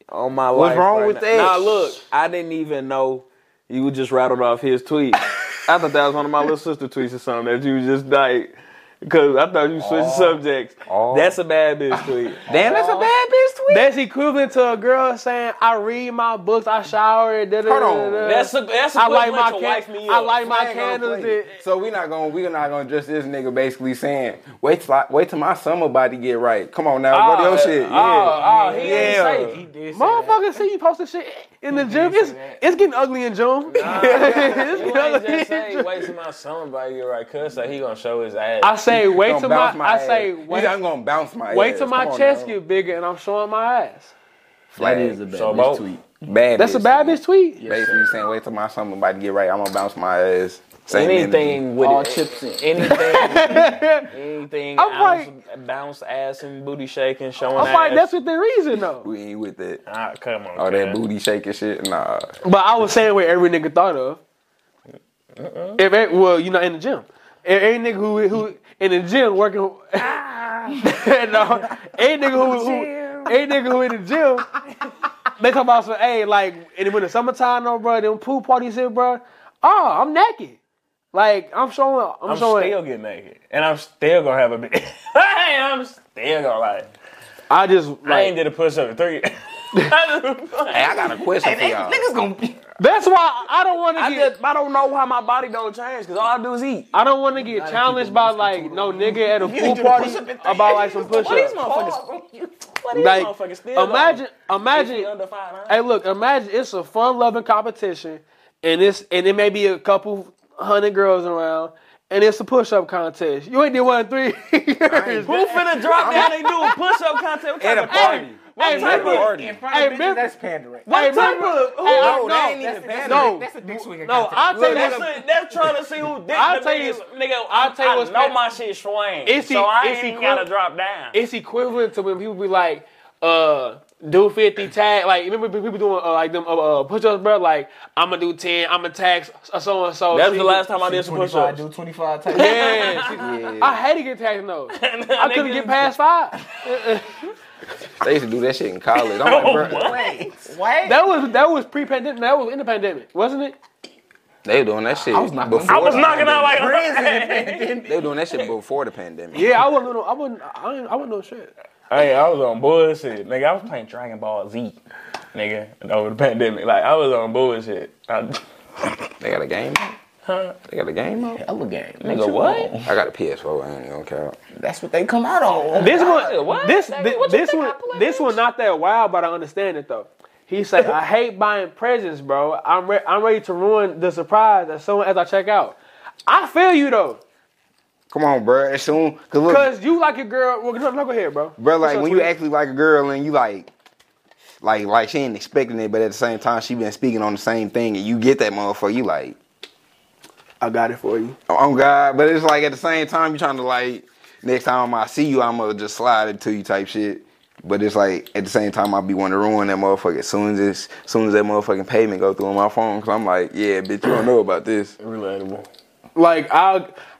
S4: on my life.
S1: wrong
S4: right
S1: with
S4: now.
S1: that?
S4: Nah, look, I didn't even know you just rattled off his tweet. I thought that was one of my little sister tweets or something that you just like, because I thought you switched subjects. That's a bad bitch tweet.
S3: Damn, that's a bad bitch tweet.
S2: That's equivalent to a girl saying, "I read my books, I shower." Da, da,
S1: Hold on.
S2: da, da.
S4: That's a that's a
S2: I like my
S4: to
S2: can-
S4: wife me
S2: I
S4: up.
S2: like
S1: I
S2: my
S1: ain't gonna
S2: candles.
S1: play.
S2: and-
S1: So we not gonna we not gonna just this nigga basically saying wait till I, wait till my summer body get right. Come on now,
S2: Ah,
S1: go to your
S2: uh,
S1: shit. yeah.
S4: Oh, oh, he ain't
S1: Yeah.
S4: safe.
S3: He did say that.
S2: Motherfucker, see you posting shit in the gym. It's it's getting ugly in June. It's
S8: You
S2: getting
S8: ain't just
S2: ugly in
S8: say
S2: June.
S8: wait till my son buy you right, cuz so he gonna show his ass.
S2: I say wait
S1: Gonna
S2: till my,
S1: bounce
S2: I
S1: ass.
S2: say
S1: You
S2: wait
S1: said I'm gonna bounce my
S2: wait
S1: ass.
S2: till my
S1: Come on
S2: chest
S1: now.
S2: get bigger and I'm showing my ass.
S1: Flag.
S7: that is a bad
S8: So
S7: bitch
S8: both.
S7: tweet.
S1: bad.
S2: That's a
S1: bitch.
S2: bad bitch tweet.
S1: Basically saying wait till my summer body get right. I'm gonna bounce my ass. Same energy.
S4: anything with
S5: All
S4: it,
S5: chips in.
S4: anything, anything.
S2: I'm
S4: ounce, bounce ass and booty shaking, showing
S2: I'm like,
S4: ass.
S2: that's what the reason though.
S1: We ain't with that.
S4: Ah, come on,
S1: All Oh, that
S4: cuz.
S1: booty shaking shit. Nah.
S2: But I was saying what every nigga thought of.
S4: Uh-uh.
S2: If it, well, you know, in the gym, if any nigga who who in the gym working, no,
S4: Ah.
S2: any nigga who, who any nigga who in the gym, they talk about some, hey, like, and when the summertime though, bro, them pool parties here, bro. Oh, I'm naked. Like I'm showing, I'm,
S4: I'm
S2: showing.
S4: still getting naked, and I'm still gonna have a bit. I'm still gonna like.
S2: I just like
S4: I ain't did a push up in three.
S1: Hey, I got a question for y'all.
S3: Niggas gonna be.
S2: that's why I don't want to get.
S4: I don't know how my body don't change because all I do is eat.
S2: I don't want to get challenged by like no nigga at a pool party about like some push
S4: What these
S2: ups.
S4: motherfuckers? What these
S2: Like
S4: motherfuckers still?
S2: imagine, imagine.
S4: under five nine.
S2: Hey, look, imagine it's a fun loving competition, and it's and it may be a couple hundred girls around, and it's a push up contest. You ain't did one in three years.
S4: Who finna drop down? They doing push up contest What
S1: At
S4: type
S1: a
S4: of-
S1: party.
S2: Hey,
S4: type
S2: remember-
S1: party.
S3: In front of
S2: Hey,
S3: bitches,
S2: remember-
S3: that's pandering.
S2: hey,
S4: type
S2: remember-
S4: of- who-
S2: hey, I-
S1: No, that ain't even pandering.
S2: No,
S3: That's a dick swinging
S2: no, I'll tell you
S4: That's,
S2: what-
S4: a, that's trying to see who dick
S2: I'll
S4: the
S2: tell
S4: biggest.
S2: you-
S4: nigga,
S2: I'll tell you
S4: I
S2: what's
S4: know
S2: bad.
S4: my shit swing.
S2: It's
S4: so I
S2: e- it's
S4: ain't
S2: equal-
S4: gotta drop down.
S2: it's equivalent to when people be like, uh, do 50 tag. Like, remember people doing uh, like them uh, uh, push ups, bro? Like, I'm gonna do 10, I'm gonna tag so and so.
S4: That was the last time I did some push
S3: 25,
S4: ups.
S3: do 25 type.
S2: Yeah, see, I had to get tagged in those. I couldn't get past five.
S1: They used to do that shit in college. I'm like, bro,
S3: Wait, wait.
S2: That was that was pre pandemic. That was in the pandemic, wasn't it?
S1: they were doing that shit.
S3: was not-
S1: before
S3: I
S4: I was
S1: the
S4: knocking out like
S1: They were doing that shit before the pandemic.
S2: Yeah, I wasn't. doing- I wasn't. I, ain't- I wasn't doing shit.
S4: Hey, I was on bullshit, nigga. I was playing Dragon Ball Z, nigga, over the pandemic. Like I was on bullshit. I,
S1: They got a game. They got a game out.
S3: Hella game.
S4: nigga, what?
S1: I got a PS4. I ain't gonna count.
S3: That's what they come out on.
S2: This one,
S4: what?
S2: this
S4: Nigga,
S2: thi-
S4: what you
S2: this
S4: think
S2: one,
S4: I play,
S2: this one, not that wild, but I understand it though. He said, "I hate buying presents, bro. I'm re- I'm ready to ruin the surprise as soon as I check out." I feel you though,
S1: Come on, bro. As soon, cause look,
S2: cause you like your girl. Well, no, no, go ahead, bro.
S1: bro, like when you
S2: ask,
S1: actually like a girl and you like, like, like she ain't expecting it, but at the same time she been speaking on the same thing, and you get that motherfucker. You like,
S2: I got it for you.
S1: oh god, but it's like at the same time you trying to like, next time I see you, I'ma just slide it to you type shit. But it's like at the same time I be wanting to ruin that motherfucker as soon as it's, as soon as that motherfucking payment go through on my phone, cause I'm like, yeah, bitch, you don't know about this.
S4: Relatable.
S2: Like I,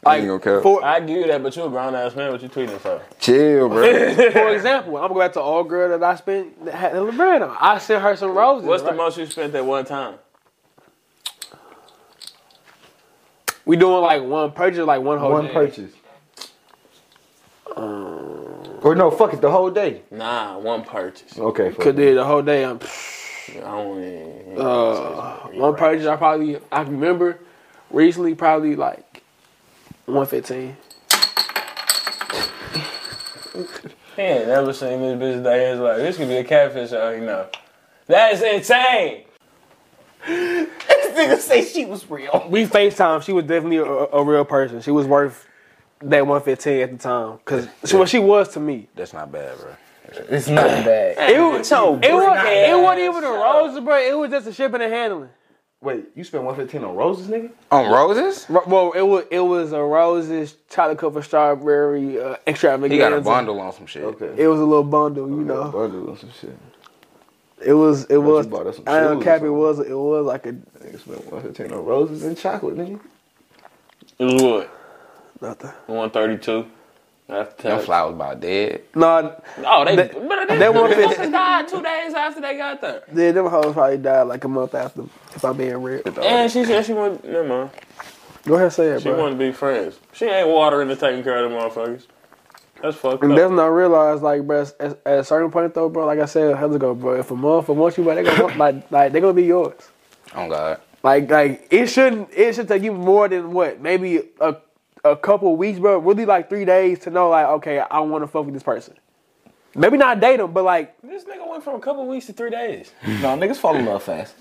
S2: like
S1: gonna care.
S2: for
S4: I give you that, but you a grown ass man. What you tweeting for?
S1: Chill, bro.
S2: for example, I'm going back to all girl that I spent that had a brand on. I sent her some roses.
S4: What's the
S2: right?
S4: most you spent at one time?
S2: We doing like one purchase, like one whole
S3: One
S2: day.
S3: purchase. or no, fuck it, the whole day.
S4: Nah, one purchase.
S3: Okay,
S2: Could do the whole day. I'm,
S4: I don't even-
S2: Uh, one purchase I probably I can remember recently probably like one fifteen.
S4: He ain't never seen this bitch day in his life. This could be a catfish, all you know. That is insane.
S3: This nigga say she was real.
S2: We Facetime. She was definitely a, a real person. She was worth that one fifteen at the time because she, well, she was to me.
S1: That's not bad, bro.
S3: It's not bad.
S2: It was
S4: so
S2: it was
S4: bad.
S2: it wasn't even a roses, bro. It was just a shipping and handling.
S3: Wait, you spent 115 on roses, nigga?
S1: On roses?
S2: Ro- Well, it was it was a roses, chocolate covered strawberry uh, extravaganza.
S1: He got a bundle on some shit.
S3: Okay.
S2: It was a little bundle,
S3: Oh,
S2: you know.
S3: Bundle and some shit.
S2: It was it was.
S3: bought us some
S2: I don't
S3: shoes or
S2: cap. It
S3: something.
S2: was it was like a
S3: Nigga spent 115 on roses and chocolate, nigga.
S4: It was what?
S2: nothing.
S4: 132. After
S1: Them
S4: tax.
S1: flowers about dead.
S2: No,
S4: Oh, they,
S2: That-
S4: but they,
S2: that one fifty-
S4: fucking died two days after they got there.
S2: Yeah, them hoes probably died like a month after, if I'm being real.
S4: And she said she wanted, never mind.
S2: Go ahead and say it,
S4: She
S2: bro.
S4: wanted to be friends. She ain't watering and taking care of them motherfuckers. That's fucked
S2: And that's
S4: up.
S2: when I realized, like, bro, at, at a certain point, though, bro, like I said a hell ago, bro, if a motherfucker wants you, bro, they gonna, want- like, like, they gonna be yours.
S1: Oh God.
S2: Like, like it shouldn't, it should take you more than what, maybe a, a couple weeks, bro, really like three days to know, like, okay, I wanna fuck with this person. Maybe not date them, but like,
S4: This nigga went from a couple weeks to three days.
S3: No, niggas fall in love fast.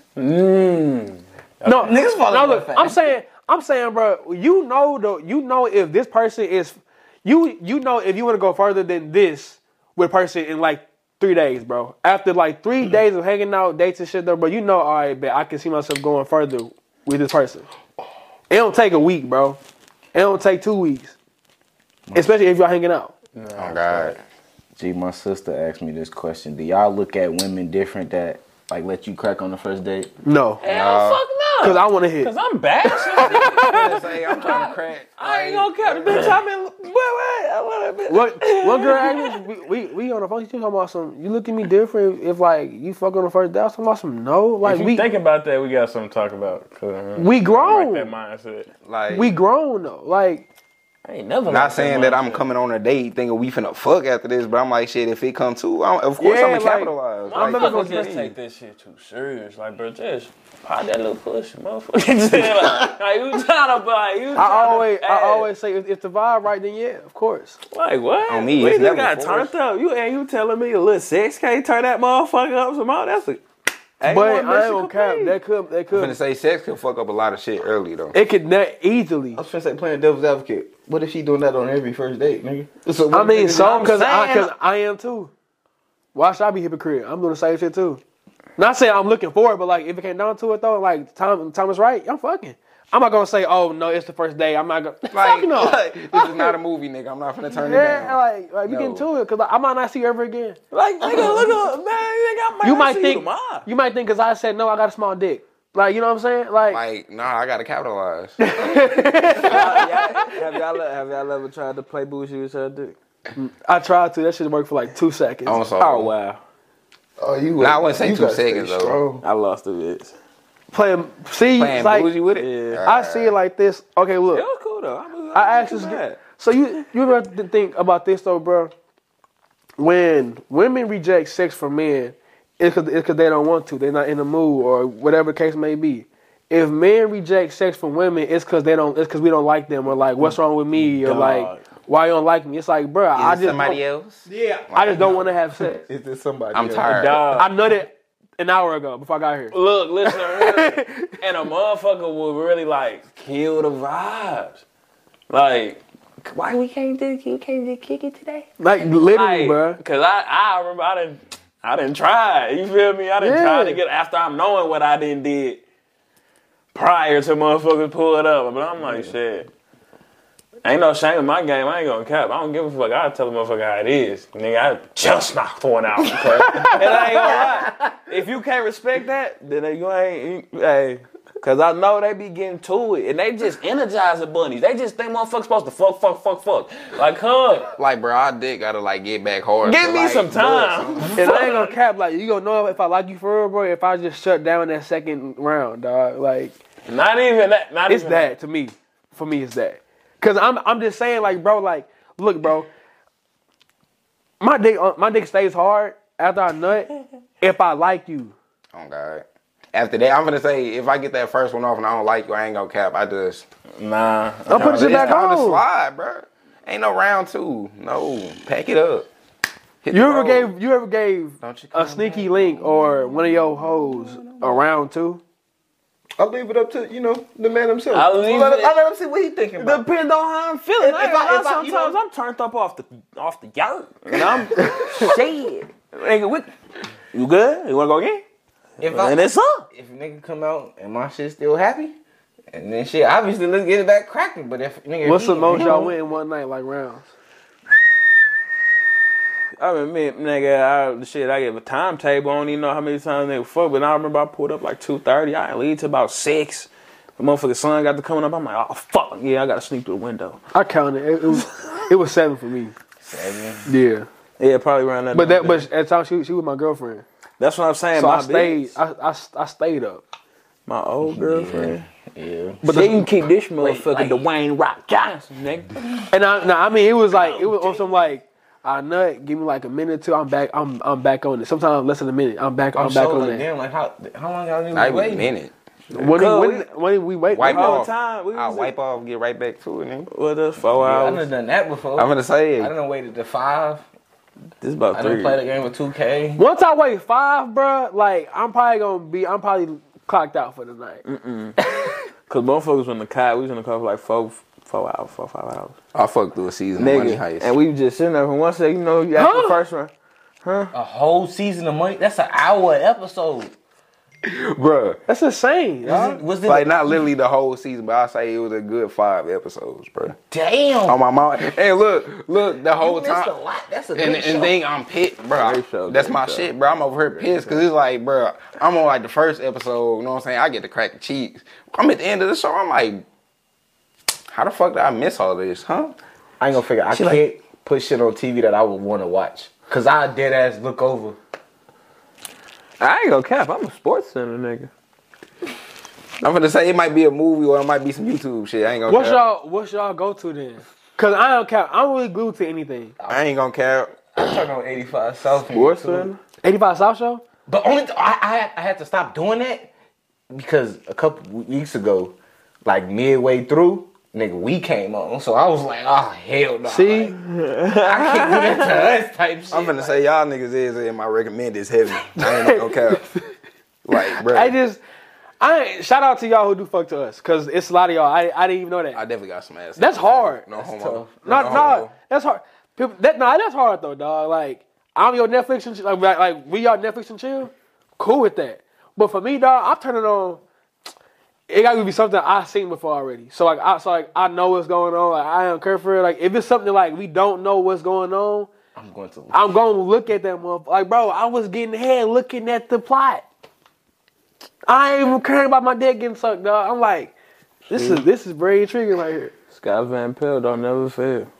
S2: no,
S3: Niggas fall
S2: no,
S3: in love
S2: look,
S3: fast.
S2: I'm saying, I'm saying, bro, you know the, you know if this person is, you you know if you want to go further than this with a person in like three days, bro. After like three
S3: Mm-hmm.
S2: days of hanging out, dates and shit, though, bro, you know, all right, bet I can see myself going further with this person. It don't take a week, bro. It don't take two weeks.
S3: Mm.
S2: Especially if y'all hanging out.
S1: Oh God.
S3: Gee, my sister asked me this question. Do y'all look at women different that like let you crack on the first date?
S2: No.
S4: Hell, fuck no.
S2: Cause I want to hit.
S4: Cause I'm bad.
S1: I'm trying to crack.
S4: I ain't gonna cap the bitch. I've been. Wait, wait. I wanna be-
S2: What what girl asked me? We, we we on the phone. She talking about some. You look at me different if like you fuck on the first date. I was talking about some. No, like
S4: If you
S2: we
S4: think about that, we got something to talk about. 'cause, uh,
S2: we
S4: I
S2: grown.
S4: like that mindset.
S1: Like
S2: we grown though. Like
S4: I ain't never.
S1: not saying that I'm coming on a date thinking we finna fuck after this, but I'm like, shit, if it come to, I'm, of course
S2: Yeah,
S1: I'm gonna
S2: like,
S1: capitalize.
S4: I'm
S1: Like,
S4: never gonna just take this shit too serious. Like, bro, just pop that little push, motherfucker. like, like, you trying to, like, you trying
S2: I always
S4: to,
S2: I always say if, if the vibe right, then yeah, of course.
S4: Like what?
S1: On me,
S4: we
S1: it's
S4: just
S1: never
S4: got
S1: forced.
S4: turned up. You and you telling me a little six K turn that motherfucker up some more? That's a. Ain't
S2: But I
S4: one
S2: ain't
S4: mission
S2: gonna cap.
S4: complete.
S2: That could that
S1: I'm finna
S2: could
S1: say sex could fuck up a lot of shit early though.
S2: it could net easily.
S6: I was finna say playing devil's advocate. What if she doing that on every first date, nigga? So what
S2: I
S6: if
S2: mean,
S6: niggas-
S2: so because I,
S3: saying.
S2: cause I am too. Why should I be hypocrite? I'm doing the same shit too. Not saying I'm looking for it, but like if it came down to it though, like time time is right, I'm fucking. I'm not gonna say, oh no, it's the first day. I'm not gonna
S1: Like,
S2: fuck no.
S1: like, this is not a movie, nigga. I'm not finna turn it
S2: yeah,
S1: down.
S2: like like you get into it because like, I might not see you ever again.
S4: like nigga, look at man, nigga, I might
S2: You
S4: not
S2: might
S4: see
S2: think
S4: tomorrow.
S2: you might think because I said no, I got a small dick. Like you know what I'm saying? Like,
S1: Like, nah, I gotta capitalize.
S5: Have y'all have y'all ever tried to play bougie with her dick?
S2: I tried to. That shit worked for like two seconds.
S1: I'm sorry.
S5: Oh wow,
S6: Oh, you.
S1: Nah, I wouldn't say
S6: you
S1: two
S6: gotta stay
S1: seconds, though.
S6: strong.
S5: I lost the bitch.
S2: Playing, see,
S1: Playing
S2: like
S1: bougie with it.
S5: Yeah,
S2: I see it like this. Okay, look.
S5: it was cool though. I, was,
S2: I
S5: wasn't
S2: actually
S5: too bad.
S2: so you you ever have to think about this though, bro? When women reject sex from men, it's because they don't want to. They're not in the mood or whatever the case may be. If men reject sex from women, it's because they don't. It's because we don't like them or like what's wrong with me or like why you don't like me. It's like, bro, I just don't-
S1: else.
S2: yeah, I just don't want to have sex.
S6: Is this somebody?
S1: I'm
S6: else?
S1: tired.
S4: Dog.
S2: I nutted an hour ago before I got here.
S4: Look, listen, and a motherfucker will really like kill the vibes. Like, why we can't do you can't do kick it today?
S2: Like literally,
S4: Like,
S2: bro.
S4: cause I I remember I didn't I didn't try. You feel me? I didn't try to
S2: Yeah.
S4: get after I'm knowing what I didn't did prior to motherfuckers pull it up. But I'm like shit. Ain't no shame in my game. I ain't gonna cap. I don't give a fuck. I tell the motherfucker how it is. Nigga, I just knocked for an hour. cuz. and I ain't gonna lie if you can't respect that, then you ain't. You, hey, cause I know they be getting to it, and they just energize the bunnies. They just think motherfuckers supposed to fuck, fuck, fuck, fuck. Like, huh?
S1: Like, bro, I dick gotta like get back hard.
S4: Give
S1: So,
S4: me
S1: like,
S4: some time.
S2: And I ain't gonna cap like you gonna know if I like you for real, bro. If I just shut down that second round, dog, like
S4: Not even that. Not
S2: it's
S4: even
S2: that to me. For me, it's that. Cause I'm I'm just saying like, bro, like look, bro. My dick uh, my dick stays hard after I nut if I like you.
S1: Oh God. After that, I'm gonna say if I get that first one off and I don't like you, I ain't gonna cap. I just
S4: Nah.
S2: I'm putting shit
S1: it's
S2: back
S1: time to
S2: on.
S1: slide, bro. Ain't no round two. No, pack it up. Hit
S2: You
S1: the
S2: ever
S1: road.
S2: gave you ever gave
S1: Don't you
S2: a sneaky link or one of your hoes a round two?
S6: I leave it up to you know the man himself.
S4: I leave
S6: let,
S4: it-
S6: Him, I let him see what he thinking about.
S4: Depends on how I'm feeling.
S6: If-
S4: I ain't
S6: if I-
S4: gonna lie,
S6: if I- you
S4: sometimes
S6: know-
S4: I'm turned up off the off the yard, and I'm shit. Nigga, what? You good? You wanna go again?
S3: if I,
S4: And it's up.
S3: if nigga come out and my shit still happy, and then shit, obviously let's get it back cracking. But if nigga,
S2: What's
S3: he-
S2: the most
S3: he
S2: y'all
S3: don't-
S2: went in one night like rounds?
S4: I mean, me, nigga, I, shit, I gave a timetable. I don't even know how many times they fuck, but I remember I pulled up like 2.30. I didn't leave till about 6. The motherfucking sun got to coming up. I'm like, oh, fuck. Yeah, I got to sneak through the window.
S2: I counted. It, it was it was seven for me. Seven. Yeah.
S4: Yeah, probably around that.
S2: But that,
S4: number.
S2: but at the time she she was my girlfriend,
S4: that's what I'm saying.
S2: so
S4: my
S2: I stayed.
S4: bitch,
S2: I, I I stayed up.
S4: my old girlfriend.
S3: Yeah.
S4: But they can keep this motherfucker Dwayne Rock Johnson, nigga.
S2: And I, no, I mean it was like it was on some like I nut. Give me like a minute or two. I'm back. I'm I'm back on it. Sometimes less than a minute. I'm back. I'm,
S3: I'm
S2: back
S3: so
S2: on
S3: like,
S2: that.
S3: damn, like how how long y'all
S1: I
S3: niggas
S1: even
S3: waiting?
S1: meant it.
S2: When,
S4: Cause
S2: when, when we wait,
S1: Wipe
S4: All the
S1: off.
S4: time. We
S1: I
S4: was
S1: wipe off, get right back to it. Nigga.
S4: What the four
S3: I
S4: hours?
S3: done done that before.
S1: I'm gonna say
S3: I
S1: it.
S3: done waited to five.
S4: This about
S3: I done
S4: three.
S3: played a game with 2K.
S2: once I wait five, bruh, like I'm probably gonna be. I'm probably clocked out for the night.
S4: Cause motherfuckers were in the car. We was in the car for like four, four hours, four, five hours.
S1: I fucked through a season of money
S4: Nigga,
S1: heist.
S4: and we was just sitting there for one second. You know, you after
S2: Huh?
S4: the first one.
S3: A whole season of money. That's an hour episode.
S1: Bruh.
S2: That's insane. dog.
S3: Was it
S1: Like not literally the whole season, but I say it was a good five episodes, bruh.
S3: damn?
S1: On my mom. Hey, look, look, the whole
S3: you missed a
S1: time.
S3: lot. That's a
S1: And,
S3: good
S1: and
S3: show.
S1: then I'm pissed, bro.
S5: Great show,
S1: That's
S5: great
S1: my
S5: show.
S1: shit, bro. I'm over here pissed because it's like, bro, I'm on like the first episode. You know what I'm saying? I get to crack the cheeks. I'm at the end of the show. I'm like, how the fuck did I miss all this, huh?
S3: I ain't gonna figure. I
S1: She
S3: can't
S1: like-
S3: put shit on TV that I would want to watch because I dead ass look over.
S5: I ain't gonna cap. I'm a sports center nigga.
S1: I'm gonna say it might be a movie or it might be some YouTube shit. I ain't gonna.
S2: What's
S1: care.
S2: y'all what's y'all go to then? Cause I don't care. I'm really glued to anything.
S1: I ain't gonna care.
S3: Turn on 85 South.
S5: Sports center?
S2: 85 South Show?
S3: But only th- I, I I had to stop doing that because a couple weeks ago, like midway through, nigga, we came on. So I was like, oh hell no.
S2: See?
S3: Like, I can't do that to us type shit.
S1: I'm gonna say y'all niggas is in my recommend is heavy. I ain't gonna care. Like, bro,
S2: I
S1: I,
S2: just I shout out to y'all who do fuck to us. Cause it's a lot of y'all. I I didn't even know that.
S1: definitely got some ass.
S2: That's hard.
S1: No homo.
S2: No,
S1: no
S2: no,
S1: homo.
S2: that's hard. People, that nah, that's hard though, dog. Like I'm your Netflix and ch- like, like like, we y'all Netflix and chill. Cool with that. But for me, dog, I'm turning on. It gotta be something I've seen before already. So like I so like I know what's going on. Like I don't care for it. Like if it's something like we don't know what's going on,
S3: I'm going to.
S2: I'm gonna look at that motherfucker. Like bro, I was getting head looking at the plot. I ain't even caring about my dick getting sucked, dog. I'm like, this is this is very intriguing right here.
S5: Scott Van Pelt don't never fail.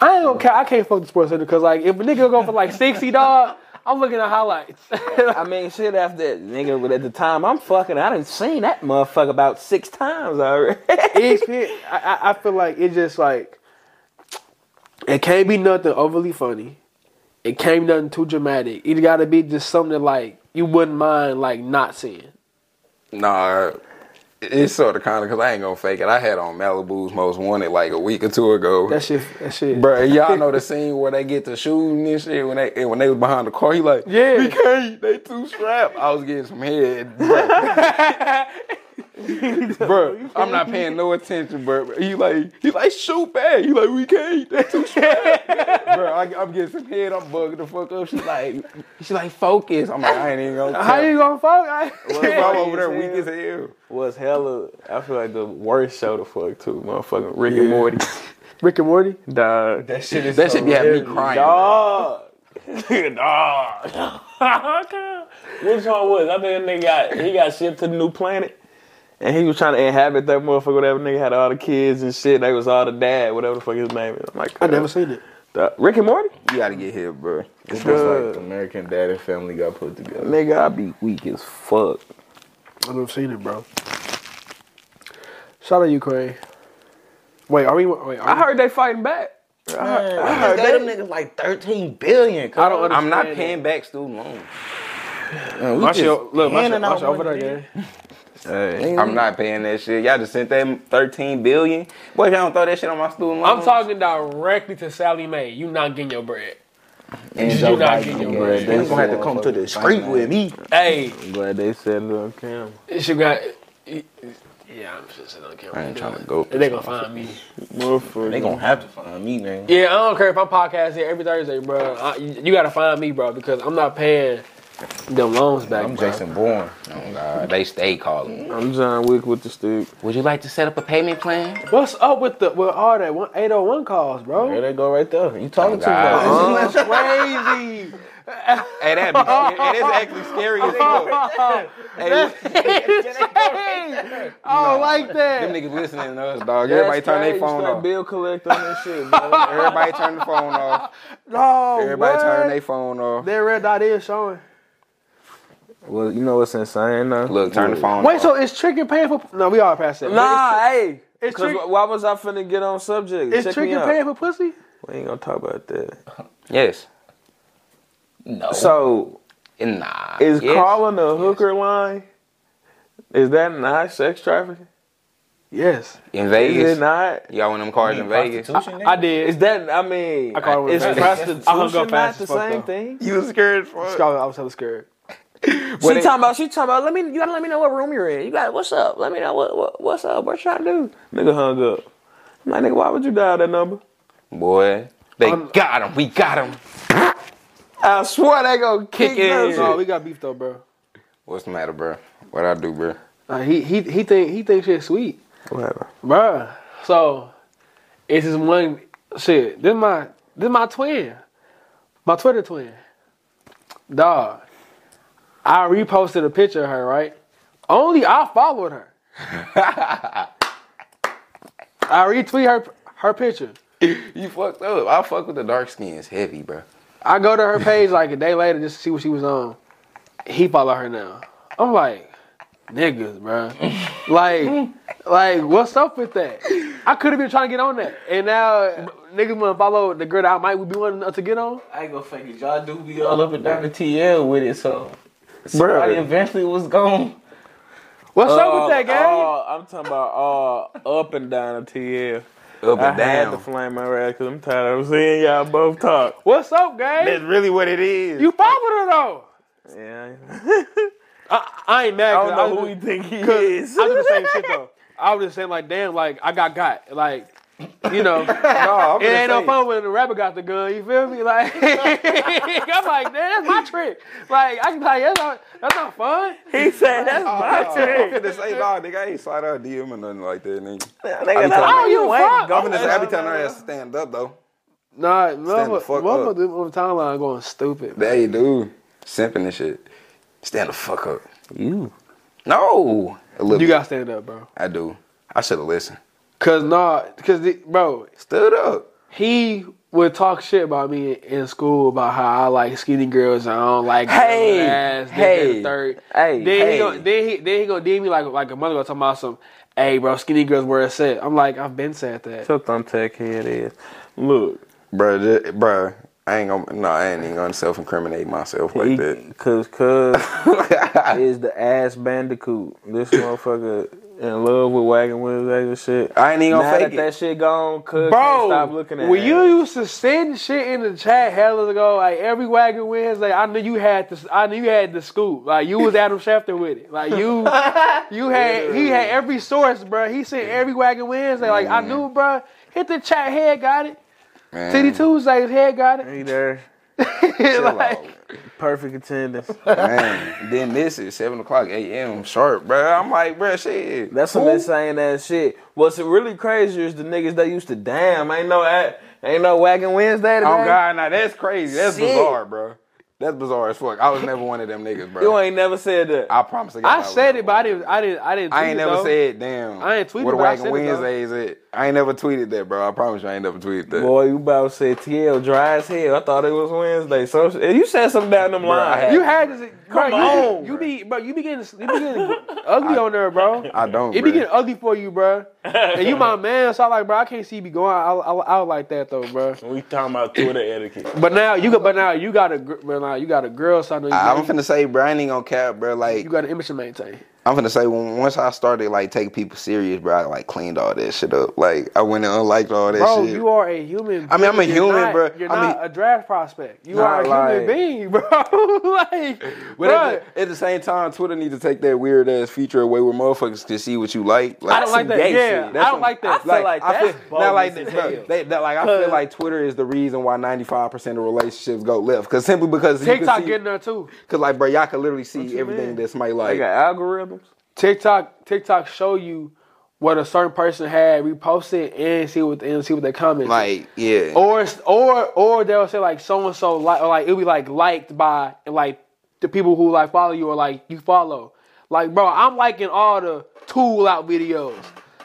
S2: I ain't gonna care. I can't fuck the sports center because like if a nigga go for like sixty dog, I'm looking at highlights.
S5: I mean, shit. After that nigga, but at the time I'm fucking, I done seen that motherfucker about six times already.
S2: ESPN, I, I, I feel like it just like it can't be nothing overly funny. It can't be nothing too dramatic. It gotta be just something that, like you wouldn't mind like not seeing.
S1: Nah, it's sort of kind of because I ain't gonna fake it. I had on Malibu's Most Wanted like a week or two ago.
S2: That shit. That shit.
S1: Bro, y'all know the scene where they get to shooting and shit when they and when they was behind the car. He like,
S2: Yeah.
S1: we can't. They too strapped. I was getting some head, bro. Bruh, I'm not paying no attention, bro. He like, he like shoot back. He like, we can't. They too strapped, bro. I, I'm getting some head. I'm bugging the fuck up. She like, she like focus. I'm like, I ain't even gonna. Tell.
S2: How you gonna fuck? I,
S1: I'm over there weak as hell.
S4: Was hella. I feel like the worst show to fuck too, motherfucking Rick and Morty.
S2: Rick and Morty.
S4: Dog.
S3: That shit is.
S1: That shit be having me crying.
S4: Dog. Dog. Which one was? I think that nigga got he got shipped to the new planet. And he was trying to inhabit that motherfucker, whatever nigga had all the kids and shit. They was all the dad, whatever the fuck his name is. I'm like,
S2: I never seen it.
S4: Dog. Rick and Morty?
S1: You gotta get hit, bro.
S3: It's just like the American Dad and Family got put together.
S5: nigga, I be weak as fuck.
S2: I never seen it, bro. Shout out Ukraine. Wait, are we? Wait, are
S5: I heard they fighting back.
S3: I heard that them niggas like 13 billion.
S2: I don't understand.
S1: I'm not
S2: it.
S1: paying back student loans.
S3: Man, we just
S2: Look, my shit,
S3: handing
S2: my
S3: out
S2: shit over there,
S3: money.
S2: gang.
S1: I'm not paying that shit. Y'all just sent that 13 billion. Boy, y'all don't throw that shit on my student loan.
S2: I'm talking directly to Sally Mae. You not getting your bread.
S3: And
S2: You
S3: Joe
S2: not getting
S3: Biden,
S2: your
S3: yeah,
S2: bread.
S3: they gonna have to come to the street with me.
S2: Hey,
S5: I'm glad they said it on camera.
S2: she got. Yeah, I'm just sitting on camera.
S1: I ain't trying to go.
S2: They gonna find me.
S3: They gonna have to find me, man.
S2: Yeah, I don't care if I'm podcast here every Thursday, bro. I, you you gotta find me, bro, because I'm not paying them loans back.
S3: I'm
S2: bro.
S3: Jason Bourne.
S1: Oh, God. They stay calling.
S5: I'm John Wick with the stick.
S1: Would you like to set up a payment plan?
S2: What's up with the with all that one- 801 calls,
S3: There
S2: bro?
S3: they go right there. You talking to
S1: Oh, God.
S3: me?
S2: Crazy.
S1: Hey, that be scary. It is actually scary as fuck. hey, them
S2: I don't like that.
S1: niggas listening to us, dog. Everybody turn their phone
S5: Start
S1: off.
S5: bill collector on that shit, bro.
S1: Everybody turn the phone off.
S2: No,
S1: Everybody turn
S2: they.
S1: their phone off.
S2: Their red dot is showing.
S5: well, you know what's insane though?
S1: Look, turn the phone
S2: Wait,
S1: off.
S2: so it's Trigger paying for? No, we all past that.
S5: Nah, hey.
S2: It's
S5: Cause
S2: trick-
S5: why was I finna get on subject?
S2: is
S5: Check me
S2: Trigger
S5: out.
S2: paying for pussy?
S5: We ain't gonna talk about that.
S1: Yes.
S3: No.
S5: So,
S1: Nah.
S5: is
S1: Yes.
S5: calling a hooker line, is that not sex trafficking?
S2: Yes,
S5: Is
S1: in
S5: it
S1: Vegas?
S5: not?
S1: Y'all want them cars in Vegas?
S3: Prostitution,
S2: I
S3: nigga?
S2: did.
S5: Is that, I mean,
S2: I called it
S5: is
S2: with a fast-
S5: prostitution
S2: I hung up
S5: not
S2: fast
S5: the
S2: as fuck,
S5: same
S2: though.
S5: thing?
S1: You was scared for
S2: Scarlet, I was hella scared.
S5: she talking about, she talking about, let me, you gotta let me know what room you're in. You gotta, what's up? Let me know what, what what's up? What should I do? Nigga hung up. I'm like, nigga, why would you dial that number?
S1: Boy, they
S2: I'm-
S1: got him. We got him.
S5: I swear they gonna kick
S1: in.
S5: in.
S2: No, we got beef though, bro.
S1: What's the matter, bro? What I do, bro?
S2: Like, he he he think he thinks shit's sweet,
S1: Whatever.
S2: bruh. So it's this one shit. This my this my twin, my Twitter twin, dog. I reposted a picture of her, right? Only I followed her. I retweet her her picture.
S1: You fucked up. I fuck with the dark skins heavy, bro.
S2: I go to her page like a day later just to see what she was on. He follow her now. I'm like, niggas, bro. like, like, what's up with that? I could have been trying to get on that, and now niggas want to follow the girl that I might be wanting to get on.
S3: I ain't gonna fake it. Y'all do be all up and down the TL with it, so somebody eventually was gone.
S2: What's up with that, gang?
S4: Oh, I'm talking about all up and down the TL.
S1: Up and
S4: I had
S1: down.
S4: to flame my ass because I'm tired of seeing y'all both talk.
S2: what's up, gang?
S1: That's really what it is.
S2: you followed her though.
S4: Yeah.
S5: Oh,
S2: I, I ain't mad.
S4: I
S2: 'cause
S4: don't
S2: was
S4: know who
S2: just-
S4: you think he
S2: Cause
S4: is.
S2: I do the same shit though. I was just saying like, damn, like I got got, like, you know, it ain't no fun when the rapper got the gun. You feel me? Like, I'm like, damn, that's my trick. Like, I can like, that's not, that's not fun.
S4: He said that's my
S1: I'm
S4: turn.
S1: finna say, nah, nigga, I ain't slide out DM or nothing like that, nigga.
S4: Nigga,
S2: I
S1: Oh,
S2: don't give a fuck.
S1: I'm finna say, I be telling her ass to stand up, though.
S2: Nah,
S1: Stand the
S2: motherfucker,
S1: fuck
S2: motherfucker,
S1: up.
S2: them on the timeline going stupid.
S1: There you do. Simping and shit. Stand the fuck up. You. No. A little
S2: You
S1: bit.
S2: gotta stand up, bro.
S1: I do. I should have listened.
S2: Cause nah, cause the, bro,
S1: Stood up.
S2: he would talk shit about me in in school about how I like skinny girls and I don't like girls
S4: Hey,
S2: with ass, this, that, and
S4: hey,
S2: the third.
S4: hey,
S2: then
S4: hey.
S2: he gonna, then he then he gonna DM me like like a month ago talking about some, hey bro, skinny girls wear a set. I'm like, I've been said that.
S4: Your thumbtack head is. Look,
S1: Bruh, ju- bruh, I ain't gonna, no, I ain't even gonna self incriminate myself like
S4: he,
S1: that.
S4: cause cuz is the ass bandicoot. This motherfucker in love with wagon wheels and shit.
S1: I ain't even gonna
S4: now
S1: fake
S4: that that
S1: it.
S4: shit gone, cuz can't
S2: Bro,
S4: stop looking at
S2: when
S4: ass.
S2: you used to send shit in the chat hella ago, like every wagon Wednesday, I knew you had this. I knew you had the scoop. Like you was Adam Schefter with it. Like you, you had he had every source, bro. He sent every wagon Wednesday. Like I knew, bro. Hit the chat, head got it.
S1: Man,
S2: Titty Tuesdays, head got it.
S4: He there.
S1: chill
S2: like,
S1: out.
S4: Perfect attendance.
S1: Man, then this is 7 o'clock a.m. sharp, bruh. I'm like, bruh, shit.
S4: That's some insane ass shit. What's really crazy is the niggas that used to damn. Ain't no a- ain't no wagon Wednesday today.
S1: Oh, God, now that's crazy. That's
S4: Shit.
S1: bizarre, bruh. That's bizarre as fuck. I was never one of them niggas, bruh.
S4: You ain't never said that.
S1: I promise to God.
S2: I
S1: was
S2: said
S1: never
S2: it, but
S1: one
S2: I
S1: of them.
S2: didn't. I didn't. I didn't.
S1: I
S2: tweet
S1: ain't
S2: it,
S1: never
S2: though.
S1: said damn.
S2: I ain't tweeted,
S1: Where the
S2: but I
S1: Wagon
S2: said it, though.
S1: Wednesday is at? I ain't never tweeted that, bro. I promise you, I ain't never tweeted that.
S4: Boy, you about to say TL dry as hell. I thought it was Wednesday. So you said something down them
S1: I
S4: lines.
S1: had-
S2: You had this. Come bro,
S4: on,
S2: you, you be, bro. You be getting, you be getting ugly on there, bro.
S1: I don't.
S2: It
S1: bro.
S2: be getting ugly for you, bro. And you my man, so I like, bro. I can't see you be going out, out, out like that though, bro.
S4: we talking about Twitter etiquette.
S2: But now you got, but now you got a, gr- but now you got a girl, so I know you,
S1: I- I'm
S2: got,
S1: finna say, bro, I ain't even gonna cap, bro. Like,
S2: you got an image to maintain.
S1: I'm finna say, when, once I started like taking people serious, bro, I like cleaned all that shit up. Like, I went and unliked all that
S2: Bro,
S1: shit.
S2: you are a human.
S1: I mean, I'm a
S2: you're
S1: human,
S2: not-
S1: bro.
S2: You're
S1: I
S2: not
S1: mean-
S2: a draft prospect. You
S1: Nah,
S2: are a
S1: like-
S2: human being, bro. like,
S1: but
S2: bro.
S1: at the, at the same time, Twitter need to take that weird ass feature away where motherfuckers can see what you like. like
S2: I don't like
S4: some
S2: that.
S4: gay shit.
S2: Yeah,
S1: That's
S2: I don't
S1: some-
S2: like that.
S4: I feel like that's bogus
S1: not like
S4: as
S1: bro,
S4: hell.
S1: they, that, like I feel like Twitter is the reason why 95 percent of relationships go left, cause simply because you can
S2: TikTok
S1: see-
S2: getting there too.
S1: Cause like, bro, y'all can literally see everything that somebody
S4: They
S1: like.
S4: got algorithms.
S2: TikTok TikTok show you what a certain person had reposted and see what and see what they comment.
S1: Like, yeah.
S2: or it's- or or they'll say like so and so like or like it'll be like liked by and like the people who like follow you or like you follow. Like bro, I'm liking all the tool out videos.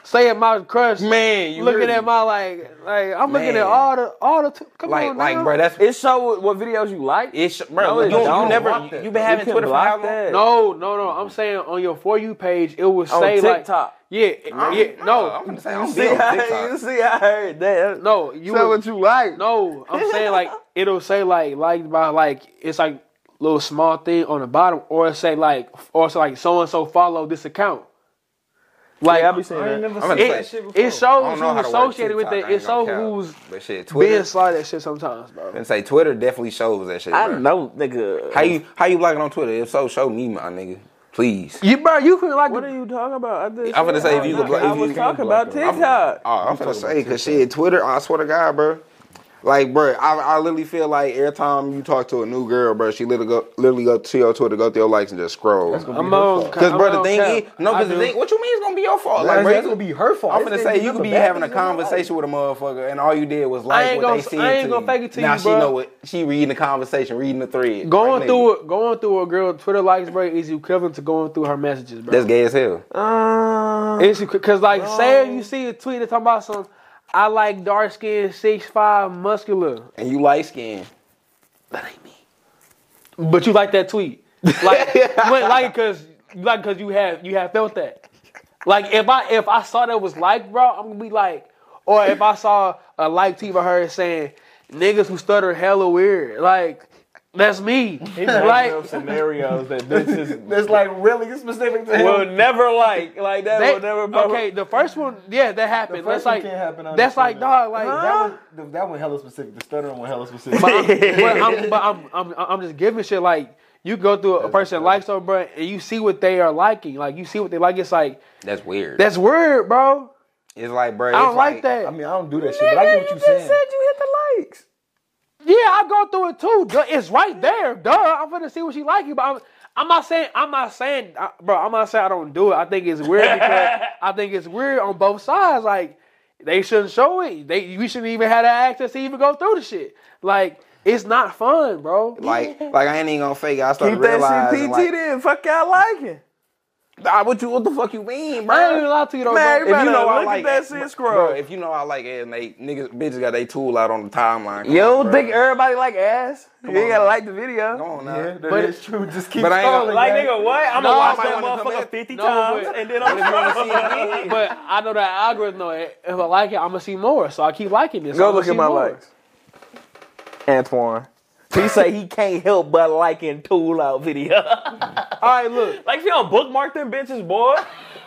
S2: Saying my crush,
S1: Man, you
S2: looking
S1: really-
S2: at my like, like I'm looking
S1: Man.
S2: at all the all the. T- come
S1: like,
S2: on,
S1: like,
S2: now.
S1: bro, that's
S4: It show what, what videos you like.
S1: it's bro.
S4: No, it
S1: you, you
S4: don't.
S1: never
S4: Block
S1: you,
S4: that.
S1: been
S4: You
S1: having
S4: can
S1: Twitter for
S4: block
S1: how long?
S4: that.
S2: No, no, no. I'm saying on your for you page, it would say like
S4: TikTok.
S2: Yeah, yeah. No,
S1: I'm gonna say I'm
S4: See,
S1: big
S4: I,
S1: on
S4: you
S1: TikTok.
S4: see, I heard that.
S2: no. You would-
S1: you like.
S2: No, I'm saying like it'll say like liked by like it's like little small thing on the bottom, or it say like or it's like so and so follow this account. Like
S4: I be saying that.
S1: I'm gonna
S2: it,
S1: say.
S2: it
S1: I
S2: shows
S1: don't know how to
S2: who's
S1: work
S2: associated with
S1: TikTok,
S2: it.
S1: I ain't
S2: It shows
S1: gonna cap.
S2: who's
S1: But shit,
S2: being
S1: Twitter.
S2: slide that shit sometimes, bro.
S1: And say Twitter definitely shows that shit.
S4: I
S1: bro.
S4: know, nigga.
S1: How you how you like it on Twitter? If so, show me, my nigga, please.
S2: You bro, you can like
S4: What are you talking about? I just-
S1: I'm finna say if you
S4: I-
S1: can block-
S4: I
S1: if
S4: was
S1: you can
S4: talking about
S1: I'm,
S4: TikTok.
S1: oh, I'm finna say, cause shit, Twitter. I swear to God, bro. Like, bro, I, I literally feel like every time you talk to a new girl, bro, she literally go, literally go to your Twitter, go through your likes, and just scroll.
S2: I'm on.
S1: Because,
S2: I'm
S1: bro, the
S2: on
S1: thing
S2: cap.
S1: is, no,
S2: I
S1: because the
S2: do.
S1: thing, what you mean it's gonna be your fault?
S3: Like,
S1: Like, bro,
S3: that's gonna be her fault.
S1: I'm gonna
S3: This
S1: say
S3: nigga
S1: you could be
S3: the bad
S1: having a
S3: bitch in my life.
S1: conversation with a motherfucker, and all you did was like
S2: ain't
S1: what they
S2: gonna-
S1: said.
S2: I ain't
S1: to
S2: gonna
S1: you.
S2: fake it to
S1: now
S2: you,
S1: she
S2: bro.
S1: know it. She reading the conversation, reading the thread,
S2: Going
S1: Like,
S2: through
S1: nigga,
S2: it, going through a girl Twitter likes, bro, is equivalent to going through her messages, bro.
S1: That's gay as hell.
S2: It's because like say if you see a tweet that's talking about some I like dark skin, six five, muscular.
S1: And you light skinned.
S2: But you like that tweet. Like but, like cause like cause you have you have felt that. Like if I if I saw that was like, bro, I'm gonna be like or if I saw a like tweet of her saying niggas who stutter hella weird, like that's me.
S4: Like
S2: like
S4: scenarios that this is
S3: That's like really specific to him.
S4: will never like like that
S2: That-
S4: will never
S2: okay, the first one, yeah, that happened. That's
S3: first one
S2: like
S3: can't happen, I
S2: that's like dog,
S3: understand
S2: like
S3: That one, that one hella specific. The stuttering one hella specific.
S2: but I'm, but I'm, but I'm, I'm, I'm just giving shit like you go through a person's lifestyle, bro, and you see what they are liking. Like you see what they like. It's like
S1: That's weird.
S2: that's weird, bro.
S1: it's like, bro.
S2: I don't like, that.
S3: I mean, I don't do that shit, but I get what you're saying.
S4: you hit the likes.
S2: yeah, I go through it too. Duh, it's right there. Duh, I'm gonna see what she liking, but I'm. I'm not saying I'm not saying, uh, bro. I'm not saying I don't do it. I think it's weird because I think it's weird on both sides. Like they shouldn't show it. They we shouldn't even have that access to even go through the shit. Like it's not fun, bro.
S1: Like, like I ain't even gonna fake it. I started
S5: Keep that shit
S1: realizing,
S5: PG
S1: like,
S5: then. Fuck y'all liking.
S1: ah, what you, what the fuck you mean, bro?
S2: I ain't even lie to you though,
S5: Man,
S2: bro.
S1: If you
S5: Better
S1: know I
S5: look at
S1: like
S5: that shit,
S1: bro,
S5: scroll.
S1: Bro, if you know I like it, and they niggas bitches got they tool out on the timeline. Come
S5: Yo,
S1: on, bro.
S5: think everybody like ass? you ain't gotta like the video.
S1: Come on now.
S3: But it's true. Just keep
S1: But I ain't gonna-
S3: scrolling.
S4: Like
S3: man.
S4: nigga, what? I'm
S1: No,
S4: gonna watch
S1: I
S4: that
S1: wanna come
S4: motherfucker
S1: in.
S4: fifty
S2: No,
S4: times
S2: but-
S4: and then I'm gonna
S2: but I know that algorithm though. If I like it, I'm gonna see more. So I keep liking this.
S5: Go look at my likes. Antoine. He say he can't help but liking tool out video.
S2: All right, look.
S4: Like if you don't bookmark them bitches, boy.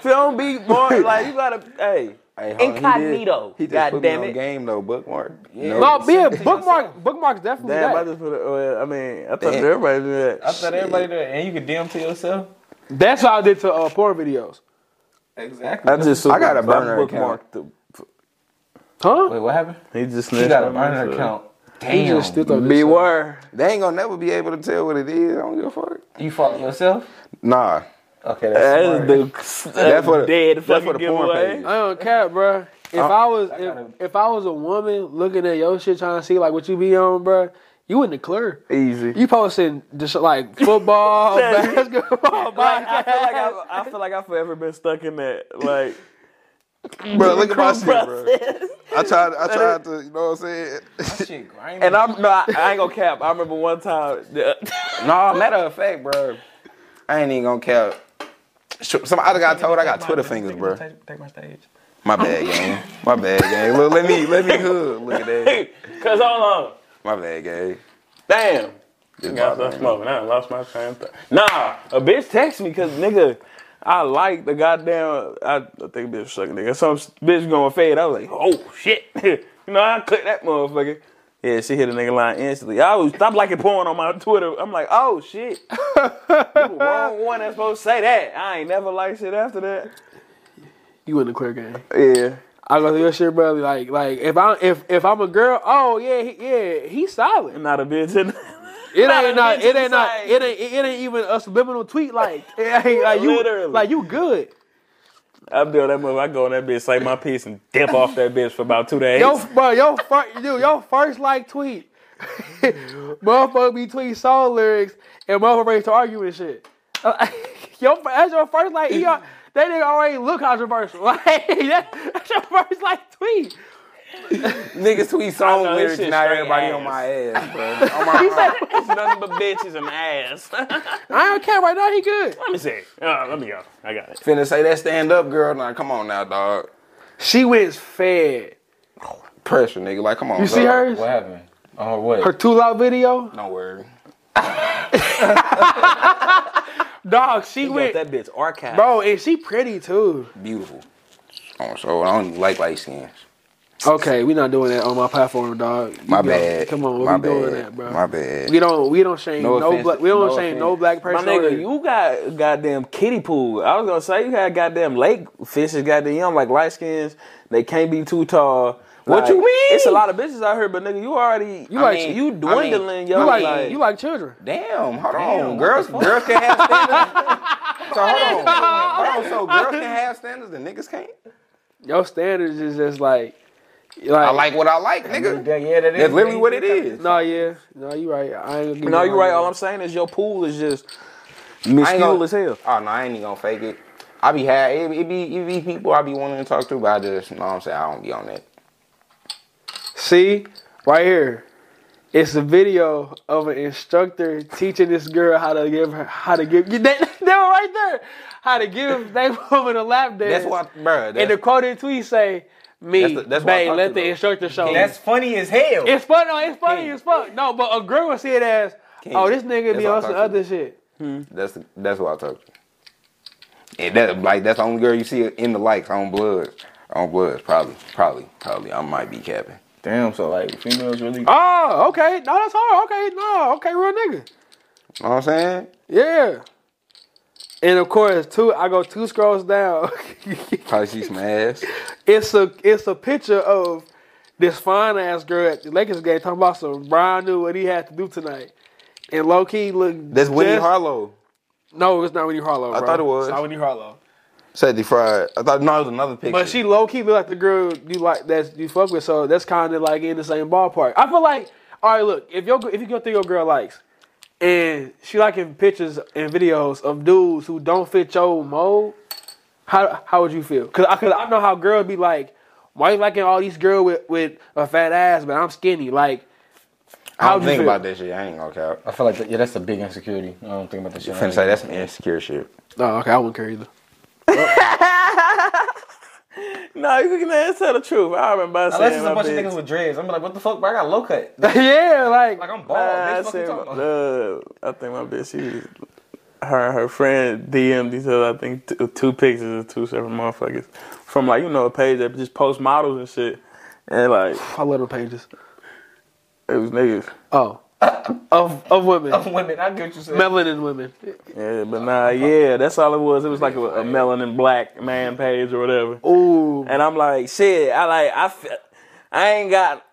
S5: Film beat more like you gotta hey.
S1: Hey, hold on, he did-
S5: Incognito.
S1: He just
S5: God
S1: put me
S5: damn
S1: on
S5: it.
S1: game though, bookmark. No,
S2: No, yeah, bookmark. Bookmark's definitely
S5: Damn, I
S2: that.
S5: just put it. Well, I mean, I thought
S1: Damn.
S5: everybody knew that.
S6: I thought everybody did, and you could DM to yourself.
S2: That's how I did to uh, porn videos.
S6: Exactly.
S5: I just
S1: I got a
S5: I
S1: burner
S5: bookmarked
S2: Huh?
S6: Wait, what happened?
S5: the- He just
S6: You
S5: snitched.
S6: got a
S5: on me,
S6: burner
S5: so-
S6: account.
S2: He just still thought this up.
S5: Beware.
S1: they ain't gonna never be able to tell what it is. I don't give a fuck.
S6: You follow yourself?
S1: Nah,
S6: Okay,
S5: That
S6: that's
S5: is
S6: smart.
S5: the
S1: that's for the,
S4: Dead
S1: that's
S4: fucking
S1: for the
S4: giveaway.
S1: porn
S2: I don't care, bro. If
S5: Uh,
S2: I was if, if I was a woman looking at your shit trying to see like what you be on, bro, you in the clear.
S5: easy.
S2: You posting just like football, basketball,
S5: Like, I feel like
S2: podcast.
S5: I've, I feel like I've forever been stuck in that. Like,
S1: page. Bro, look at my shit, bro. I tried, I tried to, you know what I'm saying?
S6: shit grimy.
S5: and I'm no, I, I ain't gonna cap. I remember one time.
S1: nah, matter of fact, bro, I ain't even gonna count. Somebody got told I got Twitter fingers, bro.
S6: Take my stage.
S1: My bad, gang. My bad, gang. Look, let me, let me hood. Look at that.
S4: Cause hold on.
S1: My bad, gang.
S4: Damn.
S1: Just
S4: Got
S1: my
S4: some
S1: bad.
S4: smoking. I done lost my train of thought. Nah, a bitch text me because nigga, I like the goddamn. I, I think bitch sucking nigga. Some s- bitch going fade. I was like, oh shit. you know, I clicked that motherfucker. Yeah, she hit a nigga line instantly. I was stop liking porn on my Twitter. I'm like, oh shit. you the wrong one that's supposed to say that. I ain't never liked shit after that.
S2: You in the clear game.
S5: Yeah.
S2: I go through your shit, bro. Like, like if I if if I'm a girl, oh yeah, he, yeah, he's solid.
S4: Not a bitch. In-
S2: It
S4: Not
S2: ain't
S4: a
S2: not.
S4: bitch
S2: It ain't not.
S4: inside.
S2: It ain't. It ain't even a subliminal tweet. Like, it ain't, like you.
S4: Literally.
S2: Like you good.
S4: I'm doing that move. I go on that bitch, say my piece, and dip off that bitch for about two days.
S2: Yo, bro. Yo, first, dude. Yo, first like tweet. motherfucker be tweet song lyrics and motherfucker ready to argue and shit. Uh, yo, that's your first like. He, al- that nigga already look controversial. Like that, that's your first like tweet.
S1: Niggas tweet song
S4: know,
S1: lyrics,
S4: this shit
S1: now
S4: straight
S1: everybody on
S4: ass.
S1: my ass, bro. On my
S4: It's nothing but bitches and ass.
S2: I don't care right now. He good.
S4: Let me see. Uh, let me go. I got it.
S1: Finna say that stand up, girl. Nah, come on now, dog.
S2: She wins fed.
S1: Pressure, nigga. Like, come on.
S2: You see
S1: dog.
S2: hers?
S6: What happened?
S1: Uh,
S6: Oh, what?
S2: Her two loud video.
S1: Don't worry.
S2: Dog, she went.
S5: that bitch archive.
S2: Bro, and she pretty too.
S1: Beautiful. Oh, so I don't like light skins.
S2: Okay, we not doing that on my platform, dog.
S1: My
S2: Yo,
S1: bad.
S2: Come on, we
S1: My
S2: be doing
S1: bad.
S2: that, bro.
S1: My bad.
S2: We don't we don't shame
S1: No
S2: no,
S1: offense.
S2: black we don't
S1: No
S2: shame
S1: offense.
S2: no black
S5: My
S2: person.
S5: nigga, you got goddamn kiddie pool. I was gonna say you had goddamn lake fishes, goddamn like light skins. They can't be too tall. What you mean?
S4: It's a lot of bitches out here, but nigga, you already you
S3: I
S4: like
S3: mean-
S4: you
S3: I mean,
S4: dwindling, yo.
S2: You like,
S4: like-
S2: you like children.
S3: Damn, hold
S1: Damn,
S3: on,
S1: girls,
S3: girls.
S1: girls can have standards. so hold on, hold on. So girls can have standards and niggas can't.
S2: Your standards is just like, like,
S1: I like what I like, nigga.
S3: Yeah, yeah, that is.
S1: That's literally what it is.
S2: No, yeah, no, you right. I ain't. gonna give
S4: no,
S2: you
S4: you right.
S2: my-
S4: All I'm saying is your pool is just
S1: I ain't
S4: minuscule
S1: gonna-
S4: as hell.
S1: Oh no, I ain't even gonna fake it. I be had it, it be it be people I be wanting to talk to, but I just you know what I'm saying I don't be on that.
S2: See, right here, it's a video of an instructor teaching this girl how to give her how to give. They, they were right there. How to give that woman a lap dance.
S1: That's why, bro.
S2: And the quoted tweet say, "Me,
S1: That's the- that's what I
S2: babe,
S1: talked
S2: let the
S1: about.
S2: instructor show." you."
S3: That's funny as hell.
S2: It's funny. No, it's funny as fuck. No, but a girl would see it as, "Oh, this nigga
S1: That's
S2: be
S1: what I
S2: on some
S1: thought you-
S2: other shit."
S1: That's that's what I talk to. And that like that's the only girl you see in the likes on Bloods. On Bloods, probably, probably, probably. I might be capping.
S3: Damn, so like females really.
S2: Oh, okay. No, that's hard. Okay, no, okay, real nigga.
S1: You know what I'm saying?
S2: Yeah. And of course, two. I go two scrolls down.
S1: Probably see some ass.
S2: it's a it's a picture of this fine ass girl at the Lakers game talking about some Brian knew what he had to do tonight. And low key look.
S1: That's Winnie
S2: just-
S1: Harlow.
S2: No, it's not Winnie Harlow.
S1: I
S2: bro.
S1: thought it was.
S2: It's not Winnie Harlow.
S1: Said defried. I thought no, it was another picture.
S2: But she low key look like the girl you like that you fuck with, so that's kind of like in the same ballpark. I feel like, all right, look, if your if you go through your girl likes, and she liking pictures and videos of dudes who don't fit your mold, how how would you feel? Cause I cause I know how girls be like, why you liking all these girls with with a fat ass, but I'm skinny. Like,
S1: I
S2: how
S1: don't
S2: would you
S1: think
S2: feel?
S1: about that shit. I ain't gonna cap.
S3: I feel like that, yeah, that's a big insecurity. I don't think about that shit.
S1: I'm finna say that's some insecure shit.
S2: Oh, okay, I wouldn't care either.
S4: No, you can let's tell the truth. I remember
S3: Unless
S4: saying
S3: it's
S4: my
S3: a bunch of
S4: bitch.
S3: niggas with dreads, I'm like, what the fuck, bro? I got low cut. Like
S2: yeah, like,
S3: I'm bald.
S4: I
S3: Bitch, fuck you
S4: said,
S3: talking about?
S4: uh, I think my bitch, she was, her and her friend DM'd each other, I think, t- two pictures of two separate motherfuckers from, like, you know, a page that just post models and shit. And, like,
S2: I love them pages.
S4: it was niggas.
S2: Oh, of of women,
S3: Women, I get what you said.
S2: melanin women.
S4: Yeah, but
S2: Oh,
S4: nah, yeah, that's all it was. It was like a, a melanin black man page or whatever.
S2: Ooh,
S4: And I'm like, shit, I like, I, fe- I ain't got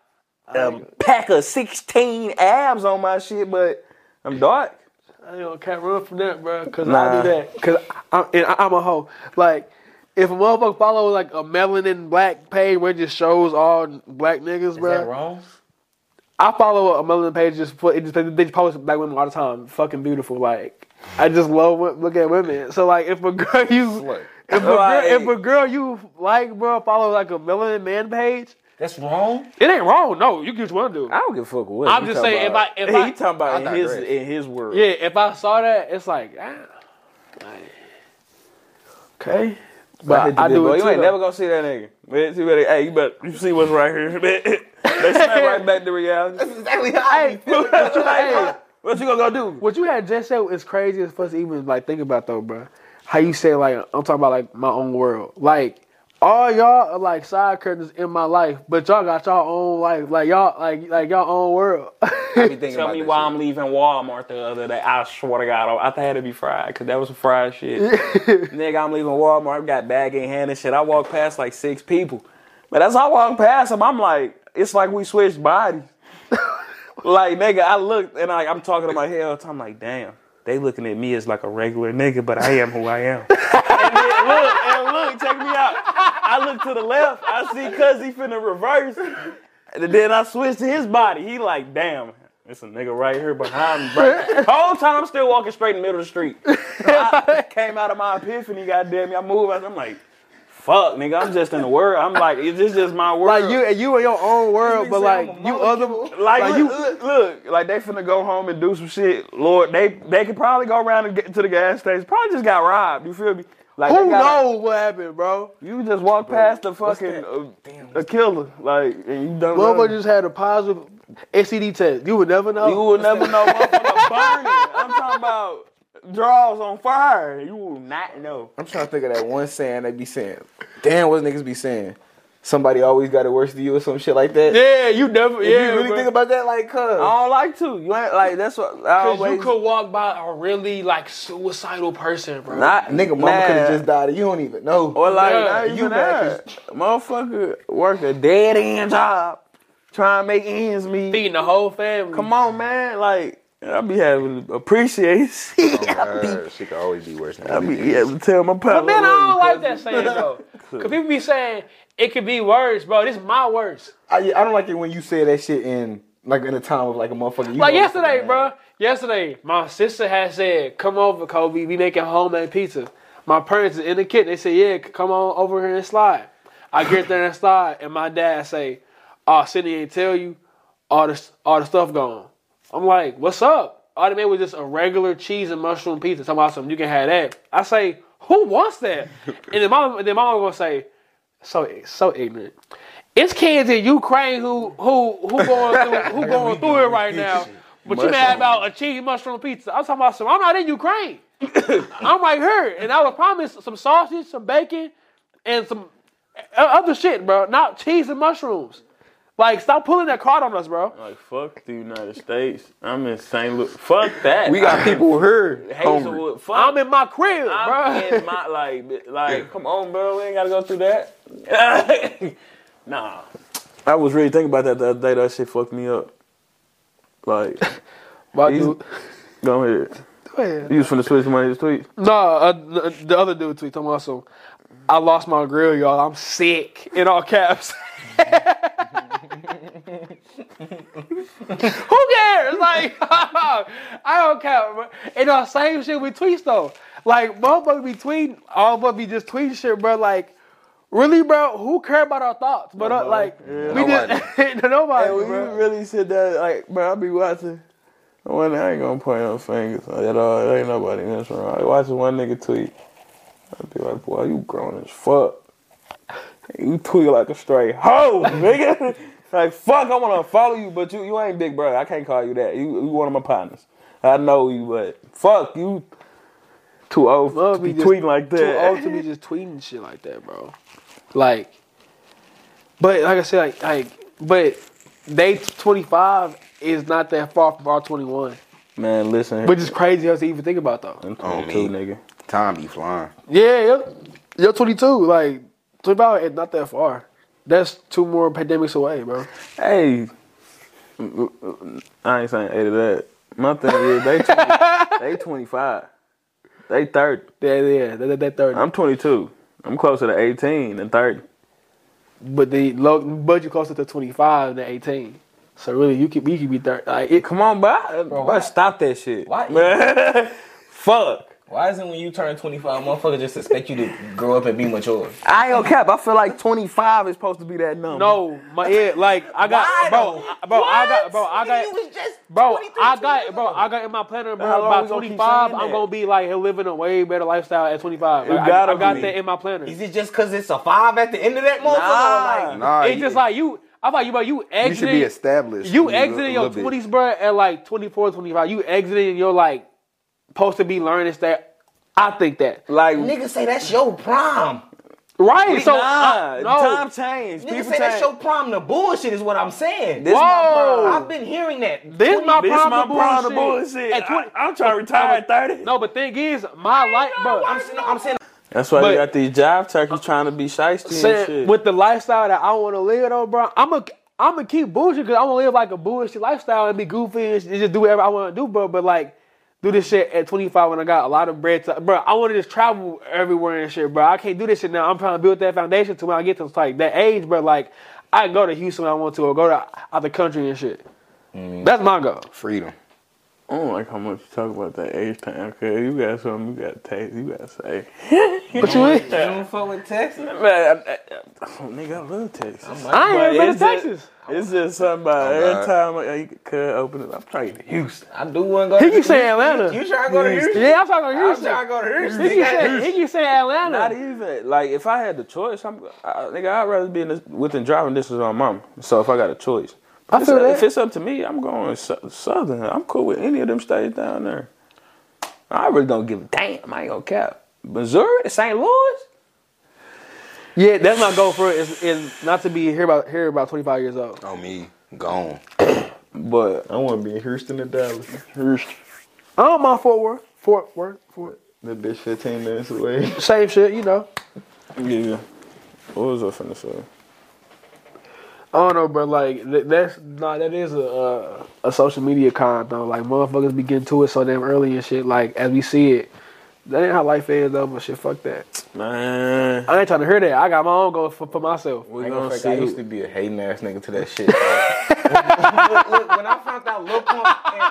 S4: a pack of 16 abs on my shit, but I'm dark.
S2: I ain't gonna can't run from that, bro. Cause I
S4: Nah.
S2: do that. Cause I'm, and I, I'm a hoe. Like, if a motherfucker follow like a melanin black page where it just shows all black niggas,
S3: Is that
S2: bro.
S3: wrong?
S2: I follow a melanin page just put it just they just post black women all the time. Fucking beautiful. Like, I just love wo- look at women. So like, if a girl you if a girl,
S4: Right.
S2: if a girl you like, bro, follow like a melanin man page.
S3: That's wrong.
S2: It ain't wrong. No, you get what you want to do.
S4: I don't give a fuck what.
S2: I'm
S4: he
S2: just
S4: talking
S2: saying, if
S4: about.
S2: I- if I-
S4: he talking about
S1: I
S4: in his
S1: digress.
S4: in his world.
S2: Yeah, if I saw that, it's like, ah, like, okay. But I,
S4: I
S2: do
S4: boy,
S2: it
S4: You
S2: too.
S4: ain't
S2: though.
S4: never gonna see that nigga. Man, you better, hey, you better, you see what's right here. man. they snap right back to reality.
S3: Exactly how I be feeling.
S2: Hey,
S4: What you gonna go do?
S2: what you had just said is crazy as fuck to even like think about though, bro. How you say like I'm talking about like my own world. Like all y'all are like side characters in my life, but y'all got y'all own life. Like y'all like like y'all own world.
S1: Be thinking
S4: Tell
S1: about
S4: me
S1: that
S4: why
S1: shit.
S4: I'm leaving Walmart the other day. I swear to God, I, I had to be fried because that was some fried shit. Nigga, I'm leaving Walmart. I got bag in hand and shit. I walked past like six people, but as I walked past them, I'm like, it's like we switched bodies. like nigga, I looked and I, I'm talking to my head all the time. Like, damn, they looking at me as like a regular nigga, but I am who I am. and then look, and look, check me out. I look to the left. I see Cuzzy finna reverse. And then I switch to his body. He like, damn, it's a nigga right here behind me. Bro. Whole time I'm still walking straight in the middle of the street. I came out of my epiphany, goddamn me. I move. out. I'm like, fuck, nigga, I'm just in the world. I'm like, it's just, just my world.
S2: like you and you in your own world, but like you other
S4: Like,
S2: Like,
S4: look,
S2: you-
S4: look, look, like they finna go home and do some shit. Lord, they they could probably go around and get to the gas station. Probably just got robbed. You feel me? Like
S2: who
S4: they got-
S2: knows what happened, bro.
S4: You just walk past the fucking uh, a killer, like, and you done.
S2: Motherfucker
S4: running.
S2: just had a positive STD test. You would never know.
S4: You will never know. Motherfucker burning. I'm talking about draws on fire. You will not know.
S3: I'm trying to think of that one saying they be saying. Damn, what niggas be saying. somebody always got it worse than you or some shit like that.
S2: Yeah, you definitely.
S3: you
S2: Yeah,
S3: really
S2: bro.
S3: think about that, like, cuz.
S5: I don't like to. You ain't like that's what I
S2: Cause
S5: always.
S2: you could walk by a really like suicidal person, bro.
S5: not
S3: Nigga, mama
S5: nah.
S3: could have just died. and You don't even know.
S5: Or like
S2: Yeah,
S5: not
S2: you
S5: even
S3: mad
S5: that. Motherfucker work a dead end job, trying to make ends meet.
S2: feeding the whole family.
S5: Come on, man. Like I be having to appreciate. shit. I be,
S1: Uh, she could always be worse than
S5: I
S1: that.
S5: be able to tell my pal.
S2: But then I don't like that saying though. Cause people be saying it could be worse, bro. This is my worst.
S3: I, I don't like it when you say that shit in like in a time of like a motherfucker. You
S2: Like
S3: know
S2: yesterday,
S3: motherfucker,
S2: bro. Yesterday, my sister had said, "Come over, Kobe. We making homemade pizza." My parents is in the kitchen. They said, "Yeah, come on over here and slide." I get there and slide, and my dad say, "Oh, Sydney ain't tell you all the all the stuff gone." I'm like, "What's up?" All they made was just a regular cheese and mushroom pizza. Talking about something you can have that. I say, "Who wants that?" and then mom, then mom gonna say, "So so ignorant." It's kids in Ukraine who who who going through who going through it right now. But you mad about a cheese mushroom pizza? I'm talking about some. I'm not in Ukraine. I'm right here, and I was promised some sausage, some bacon, and some o- other shit, bro. Not cheese and mushrooms. Like, stop pulling that card on us, bro.
S4: Like fuck the United States. I'm in St. Louis. Fuck that.
S1: We got people here. Hungry.
S4: Hazelwood. Fuck.
S2: I'm in my crib,
S4: I'm
S2: bro.
S4: in my like, bi- like, come on, bro. We ain't gotta go through that. nah. I was really thinking about that the other day. That shit fucked me up. Like,
S2: My
S4: these-
S2: dude-
S4: go ahead. You was finna switch one of his tweets.
S2: No, uh, the- the other dude tweet talking about some. I lost my grill, y'all. I'm sick in all caps. Who cares? Like, I don't care. Bro. And the same shit with tweets though. Like, motherfuckers be tweeting, all of us be just tweeting shit, bro. Like, really, bro? Who care about our thoughts? But uh, like, we just nobody,
S4: Hey, when you
S2: bro.
S4: really sit there, like, bro, I be watching. I wonder- I ain't gonna point no fingers at all. There ain't nobody in this room. I be watching one nigga tweet. I be like, boy, you grown as fuck. You tweet like a straight hoe, nigga. like, fuck, I wanna follow you, but you you ain't big brother. I can't call you that. You you one of my partners. I know you, but fuck, you too old
S2: Love
S4: to be
S2: me just-
S4: tweeting like that.
S2: too old to be just tweeting shit like that, bro. Like, but like I said, like, like but they 25 is not that far from our 21,
S4: Man, listen.
S2: which is crazy us to even think about though.
S4: I'm 22, nigga.
S1: Time be flying.
S2: Yeah, you're, you're 22, like 25 is not that far. That's two more pandemics away, bro.
S4: Hey, I ain't saying eight of that. My thing is they 20, they twenty five, they thirty.
S2: Yeah, yeah, that, that, that 30.
S4: I'm twenty two. I'm closer to eighteen than thirty.
S2: but the low budget closer to 25 than 18. So really, you could we could be 30. Like it,
S4: Come on, bro.
S3: why-
S4: bro stop that shit.
S3: Why-
S4: Fuck.
S3: Why isn't when you turn 25, motherfuckers just expect you to grow up and be mature?
S4: I ain't gonna cap. I feel like twenty five is supposed to be that number.
S2: No, my yeah, like I got
S3: Why
S2: bro,
S3: though?
S2: I- bro, I got bro, I
S3: Nigga,
S2: got
S3: you was just
S2: bro,
S3: 23,
S2: I got
S3: 22.
S2: bro, I got in my planner,
S4: How
S2: bro.
S4: long
S2: By
S4: we gonna keep
S2: twenty five,
S4: saying
S2: I'm
S4: that?
S2: gonna be like living a way better lifestyle at twenty five. Like, I,
S4: gotta
S2: I got
S4: be.
S2: that in my planner.
S3: Is it just cause it's a five at the end of that motherfucker? Or, Like,
S1: Nah,
S2: it's
S1: you,
S2: just like you. I thought you, bro. You
S1: you should be
S2: exiting.
S1: established. a
S2: You
S1: little-
S2: exiting your
S1: little bit.
S2: twenties, bro, at like 24, 25. You exiting. You're like supposed to be learning stuff. I think that
S4: like
S3: niggas say that's your prom.
S2: right. so
S4: nah.
S2: I- no.
S4: Time changed.
S3: Niggas
S4: People
S3: say that's
S4: change.
S3: your prom. The bullshit is what I'm saying.
S4: This
S2: Whoa.
S3: I've been hearing that.
S2: This is my
S4: This
S2: problem.
S4: my prime of
S2: bullshit.
S4: bullshit.
S2: At 20
S4: I, am trying to retire at thirty.
S2: No, but thing is, my life, bro.
S3: I'm, saying- I'm saying
S4: That's why
S2: But-
S4: you got these job turkeys trying to be shiesty and
S2: saying
S4: shit.
S2: with the lifestyle that I want to live though, bro, I'm a I'm gonna keep bullshit because I want to live like a bullshit lifestyle and be goofy and sh- and just do whatever I want to do, bro. But like, do this shit at 25 when I got a lot of bread, to, bro. I want to just travel everywhere and shit, bro. I can't do this shit now. I'm trying to build that foundation to when I get to like that age, bro. Like, I can go to Houston when I want to, or go to out the country and shit. That's my goal.
S1: freedom.
S4: I don't like how much you talk about that age time, cause you got something you got to taste, you got to say.
S2: But you, ain't-
S3: you don't fuck with Texas.
S4: Man, I, I, I, Oh, nigga, I love Texas.
S2: I ain't even been
S4: But
S2: to
S4: it's just-
S2: Texas.
S4: It's just something about
S1: I'm
S4: every
S1: not.
S4: time I, you could open it, I'm trying to Houston.
S3: I do want to go.
S2: He
S3: to
S2: keep saying Atlanta.
S3: You trying to go to Houston?
S2: Yeah, I'm talking
S3: I'm
S2: Houston.
S3: trying to go to Houston.
S2: He keep saying, he keep saying Atlanta.
S4: Not even like if I had the choice, I'm I, nigga. I'd rather be in this, within driving distance of my mom. So if I got a choice,
S2: I
S4: If
S2: feel
S4: it's-
S2: that.
S4: if it's up to me, I'm going sou- southern. I'm cool with any of them states down there. I really don't give a damn. I ain't gonna cap. Missouri, St. Louis.
S2: Yeah, that's my goal for it. Is, is not to be here about here about 25 years old.
S1: On me, gone.
S5: But I want to be in Houston and Dallas. Houston.
S2: I don't mind Fort Worth, Fort Worth, Fort.
S5: That bitch 15 minutes away.
S2: Same shit, you know.
S5: yeah. What was I finna say?
S2: I don't know, but like th- that's nah, that is a uh, a social media con though. Like motherfuckers be getting to it so damn early and shit. Like as we see it, that ain't how life is though. But shit, fuck that.
S4: Man.
S2: I ain't trying to hear that. I got my own goal for, for myself.
S4: We
S3: Ain't gonna
S4: gonna
S3: fake, I used
S4: see.
S3: to be a hating ass nigga to that shit. look, look, when I found out Lil Pump and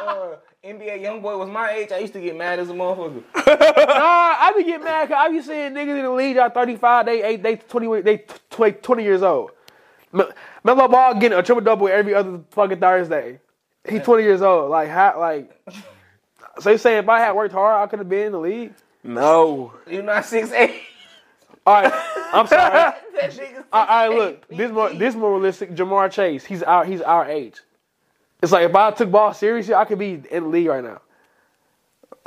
S3: uh, NBA YoungBoy was my age, I used to get mad as a motherfucker.
S2: nah, I be getting mad 'cause I be seeing niggas in the league y'all 35, they eight, they 20, they tw- tw- 20 years old. Me- Melo Ball getting a triple double every other fucking Thursday. He 20 years old. Like how? Like so you saying if I had worked hard, I could have been in the league.
S4: No.
S3: You not six eight.
S2: All right, I'm sorry.
S3: that nigga.
S2: All right, look, this more this more realistic. Jamar Chase, he's our he's our age. It's like if I took ball seriously, I could be in the league right now.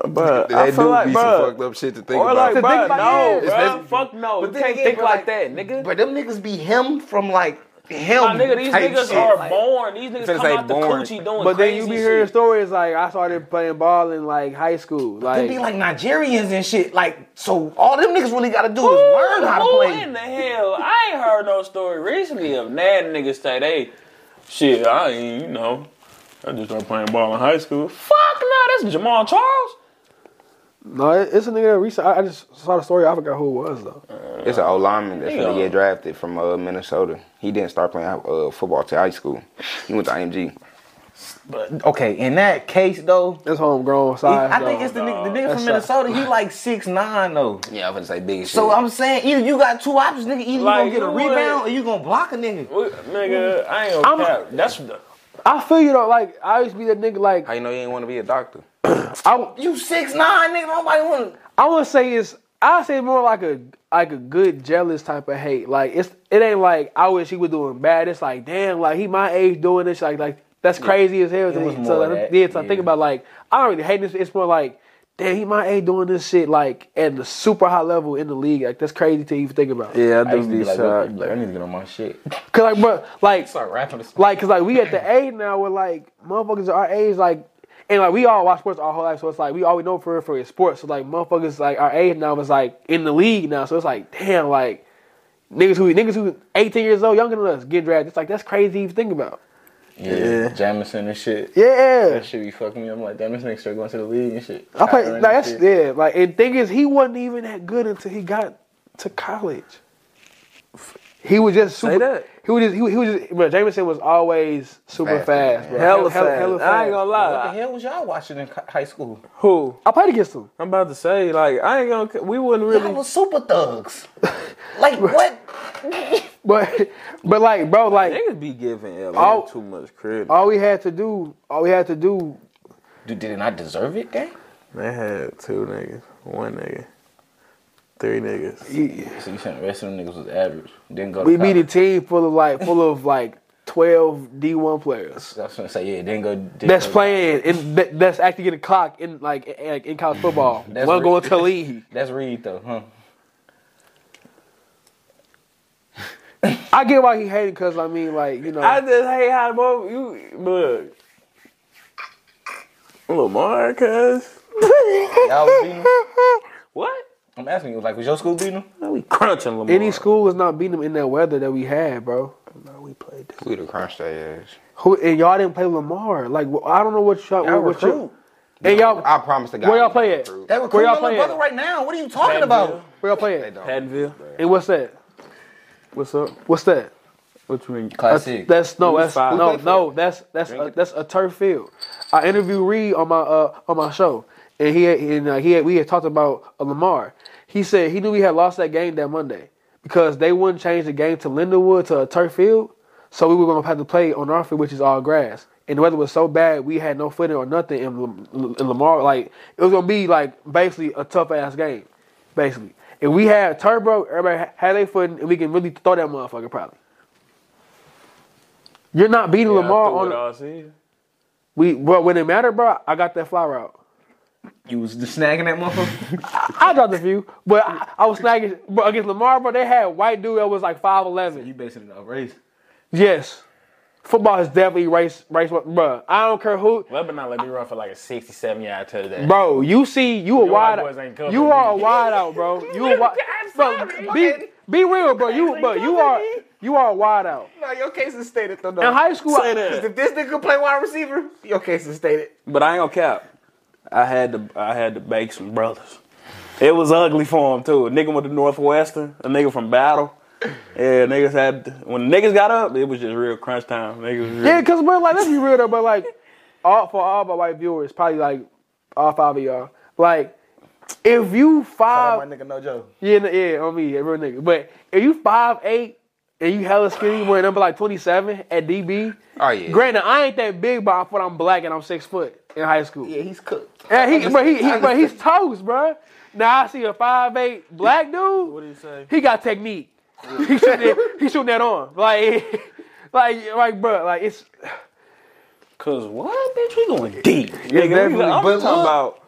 S5: But
S1: That
S5: I
S1: do
S5: feel like,
S1: be some
S5: bro.
S1: fucked up shit to think
S5: Or like,
S1: about.
S5: bro,
S2: about
S5: no,
S2: it.
S5: bro. Fuck no. You
S3: then
S5: can't
S3: again,
S5: think
S3: bro,
S5: like
S3: like-
S5: that, nigga.
S3: But them niggas be him from like him.
S4: My nigga, these
S3: type
S4: niggas
S3: shit.
S4: are
S3: Like,
S4: born. These niggas
S1: Finna
S4: come
S1: say
S4: out the
S1: born.
S4: coochie doing
S2: But then
S4: crazy
S2: you be hearing
S4: shit.
S2: stories like I started playing ball in like high school.
S3: They
S2: Like,
S3: be like Nigerians and shit. Like, so all them niggas really gotta do is learn how to
S4: Who
S3: play.
S4: in the hell? I ain't heard no story recently of mad niggas say they shit. I ain't, you know. I just started playing ball in high school. Fuck no, that's Jamal Charles.
S2: no, it- it's a nigga that recent. I, I just saw the story. I forgot who it was though.
S1: It's an old lineman that's
S4: Nigga.
S1: gonna get drafted from uh, Minnesota. He didn't start playing uh, football till high school. He went to IMG.
S3: But okay, in that case though,
S2: It's homegrown size.
S3: I think
S2: though.
S3: it's the nigga, the nigga
S2: That's
S3: from Minnesota. He like six nine though.
S1: Yeah, I'm gonna say big
S3: So I'm saying either you got two options, nigga. Either
S4: Like,
S3: you gonna get a
S4: you would-
S3: rebound or you gonna block a nigga.
S4: What- Nigga, I ain't gonna cap. That's the
S2: I feel you though. Like I used to be that nigga. Like
S1: How you know you ain't want to be a doctor?
S2: I,
S3: You six nine, nigga. Nobody want.
S2: I want to say it's. I say more like a like a good jealous type of hate. Like it's it ain't like I wish he was doing bad. It's like damn, like he my age doing this. Like like that's crazy as hell. to
S3: was
S2: me.
S3: more
S2: so like,
S3: that,
S2: yeah, so I
S3: yeah.
S2: think about like I don't really hate this. It's more like damn, he my age doing this shit like at the super high level in the league. Like that's crazy to even think about.
S5: Yeah,
S3: I
S5: I do
S3: used to
S5: be
S3: be like,
S5: shocked.
S3: look, like, I need to get on my shit.
S2: Cause like bro, like
S3: Start rapping this.
S2: like cause like we at the age now where like motherfuckers our age like. And like we all watch sports our whole life, so it's like we all we know for for is sports. So like motherfuckers like our age now is like in the league now, so it's like damn, like niggas who niggas who eighteen years old, younger than us, get drafted. It's like that's crazy to even think about.
S3: Yeah, Jamison and shit.
S2: Yeah,
S3: That shit be fucking me. I'm like, damn, this nigga start going to the league and shit.
S2: I play.
S3: Kyler
S2: Like,
S3: and
S2: that's
S3: shit.
S2: yeah. Like and thing is, he wasn't even that good until he got to college. He was just super.
S5: that.
S2: He was just he, was- he was just. But Jameson was always super
S1: Fast,
S2: fast, bro.
S5: Hella
S2: Hell-
S5: fast. I ain't gonna
S3: What the
S5: lie.
S3: hell was y'all watching in co- high school?
S5: Who?
S2: I played against him.
S5: I'm about to say, like, I ain't gonna. ca- We wouldn't
S3: Y'all
S5: really.
S3: was super thugs. like what?
S2: But but like bro, like
S5: Niggas be giving Atlanta
S2: All-
S5: too much credit.
S2: all we had to do, all we had to do.
S3: Dude, did it not deserve it, gang?
S5: They had two niggas, one nigga, three niggas.
S3: So you saying the rest of them niggas was average? Didn't go. To
S2: We
S3: college.
S2: beat a team full of like full of like twelve D one players
S3: I was gonna say yeah. Didn't go. Didn't
S2: that's
S3: go-
S2: playing in that, that's actually getting clocked in like in, like, in college football.
S3: That's
S2: One
S3: re-
S2: going to league.
S3: That's Reed though, huh?
S2: I get why he hated because I mean like you know
S5: I just hate how the mother- you look. Lamar, cuz.
S3: Y'all was beating them?
S5: What?
S3: I'm asking you, like, was your school beating them?
S5: We crunching Lamar.
S2: any school was not beating them in that weather that we had, bro.
S5: we played this.
S1: We'd have crunched their ass.
S2: Who and y'all didn't play Lamar? Like wh- I don't know what y'all,
S3: Y'all
S2: what, what you
S3: recruit.
S2: and y'all
S1: I promise to God.
S2: Where y'all
S1: we
S2: play
S1: don't
S2: at?
S1: recruit.
S3: They
S2: Where
S3: recruiting
S2: y'all
S3: my little
S2: playing?
S3: brother right now. What are you talking about?
S2: where y'all
S1: They
S2: playing?
S1: don't.
S5: Haddonville.
S2: And what's that?
S5: What's up?
S2: What's that?
S5: What you mean?
S3: Classic.
S2: That's no,
S5: We
S2: that's
S5: five.
S2: no,
S5: We play
S2: no, that's that's a, that's a turf field. I interviewed Reed on my uh on my show, and he had, and uh, he had, we had talked about uh, Lamar. He said he knew we had lost that game that Monday because they wouldn't change the game to Lindenwood to a turf field, so we were gonna have to play on our field, which is all grass. And the weather was so bad, we had no footing or nothing in, Lam- in Lamar. Like it was gonna be like basically a tough ass game, basically. If we had turbo, everybody had their footing, and we can really throw that motherfucker probably. You're not beating
S4: Yeah, I
S2: Lamar
S4: threw it
S2: on
S4: all season.
S2: we well when it mattered, bro. I got that fly route.
S3: You was just snagging that motherfucker.
S2: I dropped a few, but I, I was snagging but against Lamar, bro. They had white dude that was like five eleven.
S3: you basing it off race.
S2: Yes, football is definitely race race, bro. I don't care who,
S4: Lebanon let me run for like a 67 yard touchdown.
S2: bro. You see, you a
S4: Your
S2: wide,
S4: white boys ain't covering
S2: you are a
S4: me.
S2: wide out, bro. You a wide, bro. Be, be real, bro. You, bro. You are, you are a wide out.
S3: No, your case is stated though.
S2: In high school,
S4: Say that.
S3: If this nigga play wide receiver, your case is stated.
S4: But I ain't gonna cap. I had to I had to bake some brothers. It was ugly for him too. A nigga with the Northwestern, a nigga from Battle. Yeah, niggas had when niggas got up, it was just real crunch time. Niggas was real,
S2: Yeah, cause but like let's be real though, but like all for all my white viewers, probably like all five of y'all. Like if you
S3: My
S2: five
S3: nigga, no joke.
S2: yeah, no- yeah, on me, yeah, real nigga. But if you five eight and you hella skinny, wearing number like twenty seven at DB.
S1: Oh yeah.
S2: Granted, I ain't that big, but I thought I'm black and I'm six foot in high school.
S3: Yeah, he's cooked.
S2: Yeah, he, but he, he but he's toast, bruh. Now I see a five eight black dude. What do you say? He got technique. he shooting that, he shooting that on like, like, like, bruh, like it's.
S4: Cause what, bitch? We going deep. Nigga, we-
S3: definitely,
S4: I'm
S3: but
S4: talking about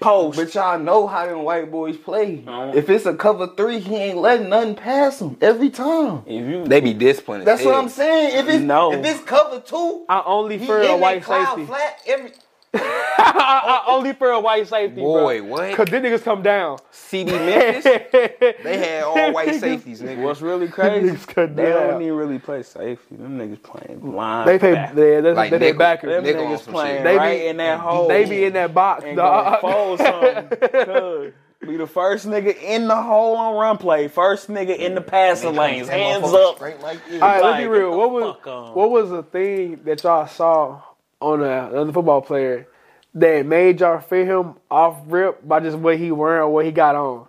S4: post.
S3: But y'all know how them white boys play.
S4: No.
S3: If it's a cover three, he ain't letting nothing pass him every time.
S4: if you
S1: They be disciplined. as
S3: That's what
S1: hell.
S3: I'm saying. If it's
S4: No.
S3: if it's cover two,
S2: I only
S3: he
S2: fear a
S3: in that
S2: white
S3: cloud
S2: safety.
S3: flat every.
S2: I, I only fear a white safety,
S1: Boy,
S2: bro.
S1: what?
S2: Cause then niggas come down.
S1: CB Memphis.
S2: they
S1: they had all white safeties, nigga.
S4: what's really crazy,
S2: Niggas cut
S4: they
S2: down.
S4: don't even really play safety. Them niggas playing blind.
S2: They pay.
S4: back.
S2: They, they,
S1: Like
S2: they, they
S1: nickel.
S2: backers.
S4: Them
S1: Nigga on
S4: niggas
S1: some
S4: playing
S1: shit.
S2: They be-
S4: right in that hole.
S2: They be in that box,
S4: and
S2: dog.
S4: gonna fold something. Cuz, Be the first nigga in the hole on run play. First nigga in the passing lanes. Hands up.
S3: Straight like this.
S2: All right, let's
S4: Like,
S2: be real.
S4: get
S2: What
S4: the
S2: was
S4: fuck on.
S2: what was the thing that y'all saw on a, another football player that made y'all fear him off rip by just what he wearing or what he got on?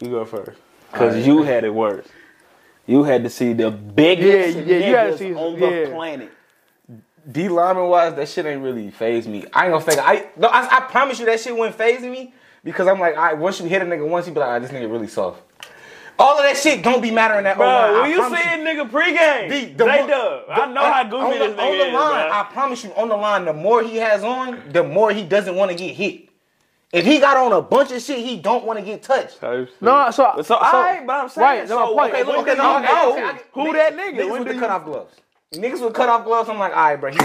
S4: You go first. Because you had it worse. You had to see the biggest
S2: Yeah, yeah, you had to
S4: niggas
S2: see-
S4: on the
S2: yeah.
S4: planet.
S3: D lineman wise, that shit ain't really phase me. I ain't gonna fake. it. I no, I, I promise you that shit wouldn't phase me because I'm like, all right, once you hit a nigga once, you be like, all right, this nigga really soft. All of that shit don't be mattering that.
S4: Bro, when you seeing nigga pregame,
S3: The-
S4: the,
S3: the mo-
S4: dub. I know how goofy
S3: on
S4: this
S3: the, on the
S4: nigga is, bruh.
S3: line, I promise you, on the line, the more he has on, the more he doesn't want to get hit. If he got on a bunch of shit, he don't want to get touched.
S2: No, so
S4: So, alright, but I'm saying,
S2: right, no,
S4: so,
S2: right.
S4: okay,
S2: look,
S4: look,
S3: okay,
S4: okay,
S3: no,
S4: no,
S3: no.
S4: who that nigga? When
S3: Niggas with
S4: do
S3: the
S4: you-
S3: cutoff gloves. Niggas with cutoff gloves, I'm like, all right, bro. He, he,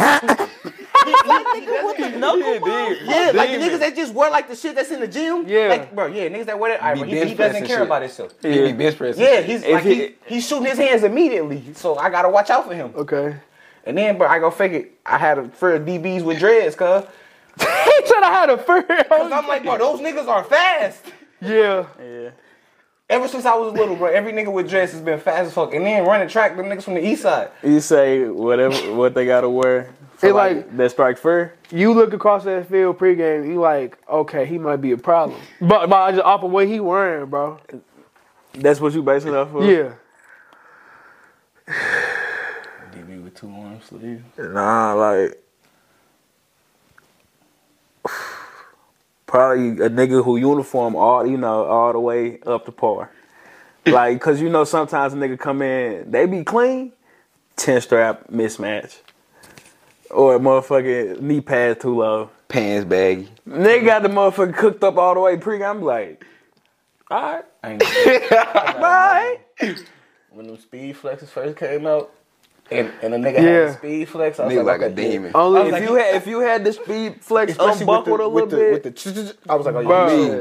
S3: he, he what the Yeah, like the niggas that just wear like the shit that's in the gym.
S2: Yeah.
S3: like, bro. Yeah, niggas that wear that. All right,
S1: Be
S3: bro, he,
S1: bench
S3: he
S1: pressing
S3: doesn't care
S1: shit.
S3: about himself.
S1: He be bench pressing.
S3: Yeah, he's like
S4: he-
S3: he, he's shooting his hands immediately, so I gotta watch out for him.
S2: Okay.
S3: And then, bro, I go figure I had a fear of DBs with dreads, cuz.
S2: he said I had a fear.
S3: Cause I'm like, bro, those niggas are fast.
S2: yeah.
S3: Ever since I was little, bro, every nigga with dreads has been fast as fuck. And then running track, them niggas from the east side.
S4: You say whatever what they gotta wear. For
S2: It
S4: like,
S2: like-
S4: that strike fur.
S2: You look across that field pregame, you like, okay, he might be a problem. But by just off of what he wearing, bro.
S4: That's what you basing it off of.
S2: Yeah.
S3: DB with two arms sleeves.
S4: Nah, like probably a nigga who uniform all you know all the way up to par. Like, cause you know sometimes a nigga come in, they be clean, ten strap mismatch, or a motherfucking knee pad too low.
S1: Pants baggy.
S4: Nigga got the motherfucker cooked up all the way pre. I'm like, all right,
S3: I ain't gonna-
S4: all right.
S3: when them speed flexes first came out, and, and a nigga had
S2: Yeah.
S3: a speed flex, I was
S1: Nigga like a
S3: okay, yeah.
S1: demon.
S2: Only
S4: If you had if you had the speed flex
S3: Especially with the,
S4: unbuckled a little
S3: with the,
S4: bit,
S3: with the, I was like, oh,
S2: Bro.
S3: yeah.
S1: Yeah.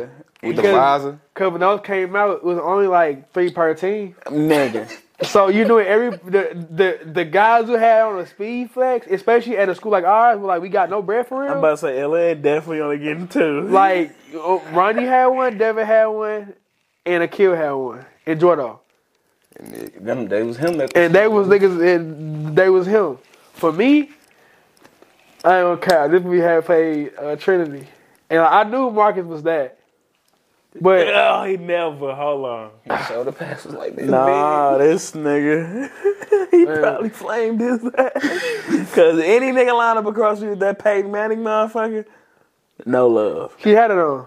S1: With the
S2: Because-
S1: visor.
S2: Cause when those came out, it was only like three per team.
S4: nigga.
S2: So you knew every the the the guys who had on a speed flex, especially at a school like ours, were like we got no bread for
S4: I'm
S2: real.
S4: about to say LA definitely only getting two.
S2: like oh, Ronnie had one, Devin had one, and Akil had one, and Jordan.
S3: Them, they was him that.
S2: And they was niggas, and they was him. For me, I ain't gonna count. This we had played uh, Trinity, and I knew Marcus was that, but
S4: Oh, he never. Hold on.
S3: So the pass was like, this
S4: Nah, this nigga. he probably flamed his ass. Cause any nigga lined up across you with that Peyton Manning motherfucker, no love.
S2: he had it on.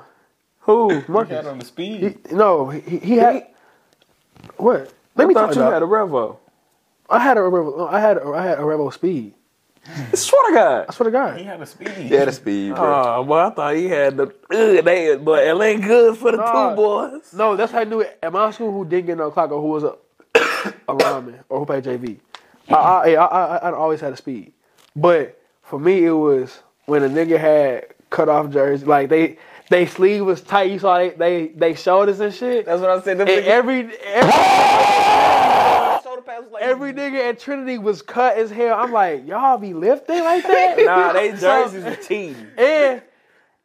S4: Who?
S3: big.
S2: Marcus?
S3: Got on the speed.
S2: No, he, he had what? Let
S4: I
S2: me
S4: thought
S2: talk
S4: you
S2: about.
S4: had a Revo.
S2: I had a rebel. I had a, I had a rebel speed.
S4: Swear to God.
S2: I swear to God.
S3: He had a speed.
S1: Yeah, the speed, bro.
S4: Oh, boy, I thought he had the good ass, but it ain't good for the
S2: Nah.
S4: two boys.
S2: No, that's how I knew it. at my school who didn't get no clock or who was a, a lineman or who played JV. I, I, I, I, I always had a speed. But for me, it was when a nigga had cut off jersey, like they they sleeve was tight, you saw they, they, they shoulders and shit.
S3: That's what I said. Them
S2: And
S3: niggas-
S2: every, every
S3: shoulder pads was like
S2: every nigga at Trinity was cut as hell. I'm like, y'all be lifting like that?
S4: Nah,
S2: So-
S4: they jerseys were cheating.
S2: And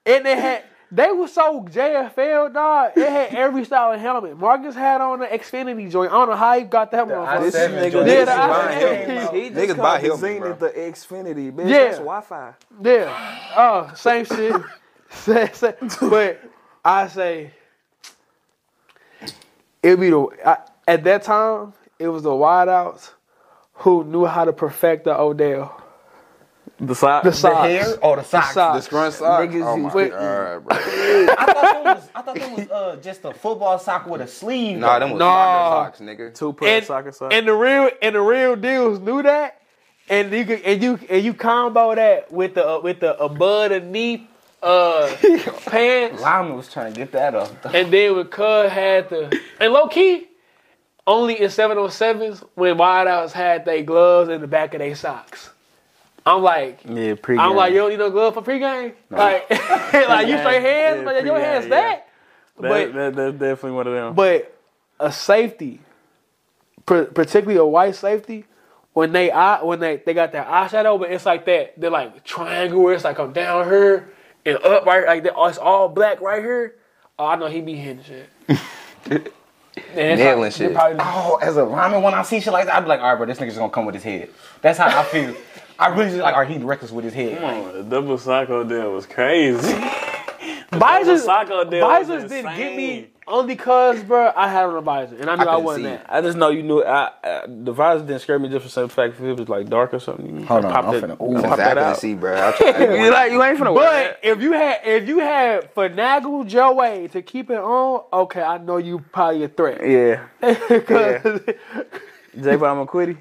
S2: and they had they were so JFL dog. It had every style of helmet. Marcus had on the Xfinity joint. I don't know how he got that motherfucker.
S3: I-seven joint.
S2: Yeah, the
S4: I-
S2: I-seven.
S4: He just
S1: Niggas
S4: called
S1: buy
S4: the
S1: helmets,
S4: Zenith the Xfinity, bitch.
S2: Yeah.
S4: That's Wi-Fi.
S2: Yeah. Oh, same shit. Sa- sa- but I say it'd be the I, at that time it was the wideouts who knew how to perfect the Odell.
S4: The side.
S2: The socks.
S3: hair or the socks.
S1: The
S2: socks.
S1: scrunch sock.
S4: Niggas
S1: Oh my
S4: use-
S1: god,
S2: wait.
S1: bro.
S3: I thought it was, I thought it was uh, just a football sock with a sleeve.
S1: Nah, them was
S2: Nah.
S1: soccer socks, nigga.
S4: two
S2: And,
S4: put soccer side.
S2: and the real and the real deals knew that. And you could, and you and you combo that with the uh, with the above the knee uh, pants.
S3: Lyman was trying to get that up.
S2: And then when Cud had the and low key, only in 707s when wideouts had their gloves in the back of their socks. I'm like,
S4: yeah, pre.
S2: I'm like, you don't need no glove for pregame. Like, like you straight hands,
S4: Yeah,
S2: like your
S4: pregame,
S2: hands that.
S4: yeah. That,
S2: But
S4: that, that's definitely one of them.
S2: but a safety, par- particularly a white safety, when they eye when they they got their eyeshadow, but it's like that they're like triangle where it's like I'm down here and up right like that. oh, It's all black right here. Oh, I know he be hitting shit. And it's
S1: Nailing
S2: like- they
S1: shit.
S2: probably-
S3: Oh, as a lineman, when I see shit like that, I'd be like, all right, bro, this nigga's gonna come with his head. That's how I feel. I really just like, all right, he reckless with his head.
S9: Come on, the double soccer deal was crazy.
S2: Visors,
S9: soccer deal was
S2: visors didn't get me
S9: insane.
S2: only cause, bro. I had on a visor and I knew I,
S1: couldn't
S2: wasn't
S1: see.
S2: that.
S4: I just know you knew. I, I the virus didn't scare me just for some fact. If it was like dark or something, you
S3: Hold on,
S4: pop
S3: I'm
S4: that-
S3: finna-
S4: you
S3: ooh,
S1: Since
S4: pop
S1: I
S4: that
S1: couldn't
S4: out.
S1: see, bro. I tried- I
S4: You like you ain't finna wear
S2: But if you had if you had finagled your way to keep it on, okay, I know you probably a threat.
S4: that. Yeah,
S2: 'Cause-
S4: J Bomb McQuitty.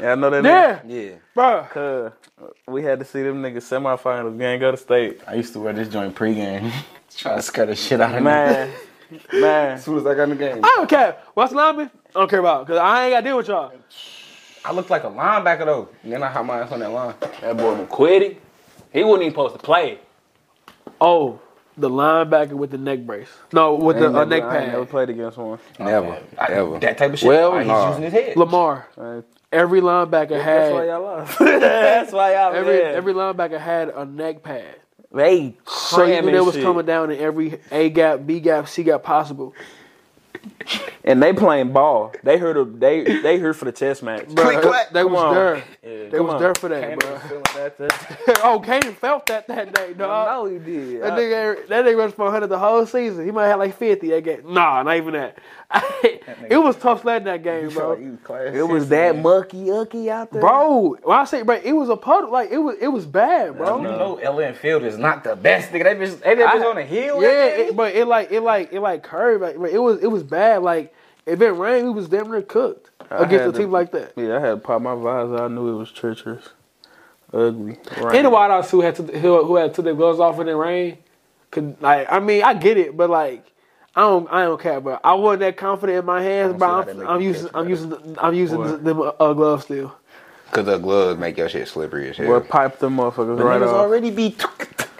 S4: Yeah, I know that.
S2: yeah,
S1: Yeah.
S2: bro.
S4: nigga. Uh, we had to see them niggas semifinals. Gang go to state.
S3: I used to wear this joint pregame. Try to scare the shit out of me.
S4: Man, man.
S3: As soon as I got in the game,
S2: I don't care. What's lineman? I don't care about because I ain't got to deal with y'all.
S3: I looked like a linebacker though. And then I had my ass on that line.
S9: That boy McQuitty, he wasn't even supposed to play.
S2: Oh, the linebacker with the neck brace. No, with the uh, neck
S4: I ain't never
S2: pad.
S4: played against one.
S1: Never.
S3: I,
S1: Ever.
S3: That type of shit.
S1: Well,
S3: Well, he's
S1: nah.
S3: using his head.
S2: Lamar.
S4: Right.
S2: Every linebacker
S4: That's why
S2: had
S4: y'all lost. That's why y'all
S2: every
S4: mad.
S2: every linebacker had a neck pad.
S4: they
S2: So you knew
S4: cramming
S2: that was
S4: shit.
S2: coming down in every A gap, B gap, C gap possible.
S4: and they playing ball. They heard a, they they heard for the chess match.
S1: Click, clack.
S2: They
S4: Come
S2: was
S4: on.
S2: there. They
S4: come
S2: was
S4: on.
S2: there for that, bro. oh, Kane felt that that day, dog.
S4: no, uh, he did.
S2: That
S4: I-
S2: nigga, that nigga rushed for 100 the whole season. He might have had like 50 that game. Nah, not even that. it was tough sledding that game, bro.
S4: it was that mucky ucky out there.
S2: Bro, when I say bro, it was a puddle. Like it was, it was bad,
S3: Bro,
S2: bro.
S3: you know Ellen Field is not the best nigga. That bitch, that
S2: I-
S3: bitch on a hill.
S2: Yeah,
S3: that day.
S2: it, but it like, it like, it like curved. Like bro, it was, it was bad. Like if it rained, we was damn near cooked against
S4: had
S2: a team
S4: to-
S2: like that.
S4: Yeah, I had to pop my visor. I knew it was treacherous, ugly. Right.
S2: Any wideouts who had to, who, who had took their gloves off in the rain, could like I mean I get it, but like I don't I don't care, but I wasn't that confident in my hands,
S3: see how
S2: but
S3: they
S2: I'm,
S3: make
S2: I'm
S3: you
S2: using
S3: catch
S2: I'm using the- I'm using the them uh, gloves still.
S1: Cause the gloves make your shit slippery as
S4: Boy,
S1: hell.
S4: pipe them motherfuckers right
S3: Niggas
S4: off.
S3: already be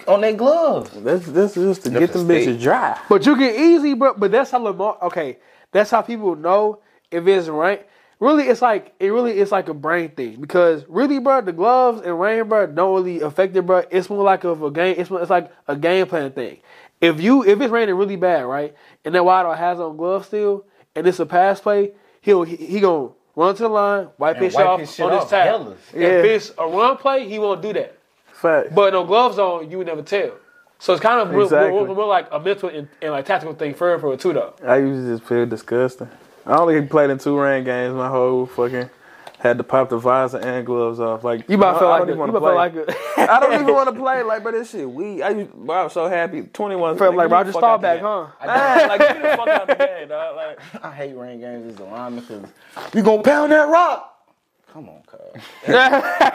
S3: on their gloves.
S4: That's that's just to get
S1: a
S4: them
S1: state.
S4: bitches dry.
S2: But you can easy, bro. But that's how Lamar. Okay, that's how people know if it's rain. Really, it's like it really is like a brain thing because really, bro, the gloves and rain, bro, don't really affect it, bro. It's more like of a game. It's more, it's like a game plan thing. If you if it's raining really bad, right, and that wide out has on gloves still, and it's a pass play, he'll he, he gonna run to the line, wipe
S3: And
S2: his shit
S3: wipe
S2: off
S3: his shit
S2: on
S3: off,
S2: his tackle.
S3: hella.
S2: If it's a run play, he won't do that.
S4: Fact.
S2: But no gloves on, you would never tell. So it's kind of more-
S4: Exactly.
S2: more, more, like a mental and, and like tactical thing for for it too, though.
S4: I used to just feel disgusting. I only played in two rain games my whole fucking had to pop the visor and gloves off. Like
S2: You might
S4: I-
S2: feel
S4: I
S2: like
S4: don't
S2: a,
S4: even
S2: you
S4: wanna
S2: might feel
S4: play.
S2: like a,
S4: I don't even want to play. Like, bro, this shit. We, I, used- bro, I was so happy. Twenty one.
S2: felt like Roger Staubach, huh?
S4: Man, like, get the fuck out.
S9: Fuck out the game, dog. Like,
S3: I hate rain games as a lineman because we gonna pound that rock. Come on, Kyle.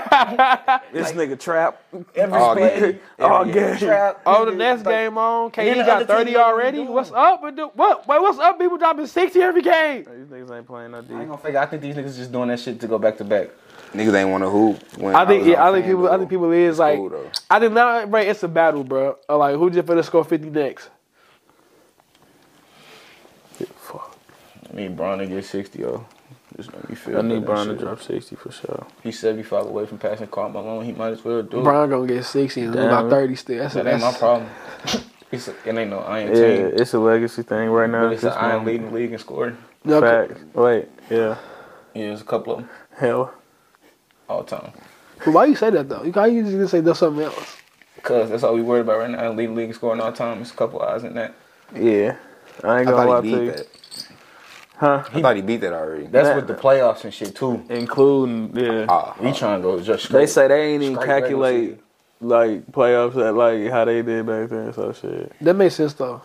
S5: This nigga trap.
S3: Every
S1: All
S3: play,
S1: game.
S3: every
S5: All game.
S3: trap,
S2: Oh, the
S3: nigga,
S2: next
S3: like,
S2: game on.
S3: then
S2: KD
S3: the
S2: got
S3: other team
S2: 30
S3: don't even
S2: already.
S3: do it.
S2: What's up? But do, what? Wait, what's up? People dropping 60 every game.
S4: Oh, These niggas ain't playing no
S3: I ain't
S4: defense.
S3: gonna fake. it. I think these niggas just doing that shit to go back to back.
S1: Niggas ain't want to hoop. When
S2: I think
S1: was on
S2: yeah, I think
S1: FanDuel.
S2: people I think people is like
S1: Cool, though.
S2: I think now right it's a battle, bro. Of, Like who just finna score 50 next? Fuck.
S3: I mean, Bron to get sixty, yo. Just make me feel.
S4: I need
S3: good and
S4: Brown to
S3: shit.
S4: drop 60 for sure.
S3: He's seventy-five away from passing Karl Malone. He might as well do it.
S2: Brown gonna get 60 and lose
S4: Damn.
S2: by 30 still. That's,
S3: that ain't
S2: that's
S3: my problem. it's a, it ain't no iron
S4: Yeah,
S3: team.
S4: it's a legacy thing right now.
S3: But it's an iron leading the league and scoring.
S2: no,
S4: Facts. Wait, yeah.
S3: Yeah, there's a couple of them
S4: Hell.
S3: all time.
S2: But why you say that though? You why you just say there's something else?
S3: Cause that's all we worried about right now. Leading the league and scoring all time. It's a couple eyes in that.
S4: Yeah. I ain't
S1: I
S4: gonna lie
S1: thought
S4: to
S1: he beat
S4: you.
S1: that.
S4: Huh?
S1: I thought he beat that already.
S3: That's
S4: That-
S3: with the playoffs and shit too.
S4: Including, yeah.
S1: Ah,
S3: We trying to go just straight.
S4: They say they ain't even
S3: Straight regular
S4: calculate
S3: season.
S4: like playoffs at like how they did back then. So shit.
S2: That makes sense though.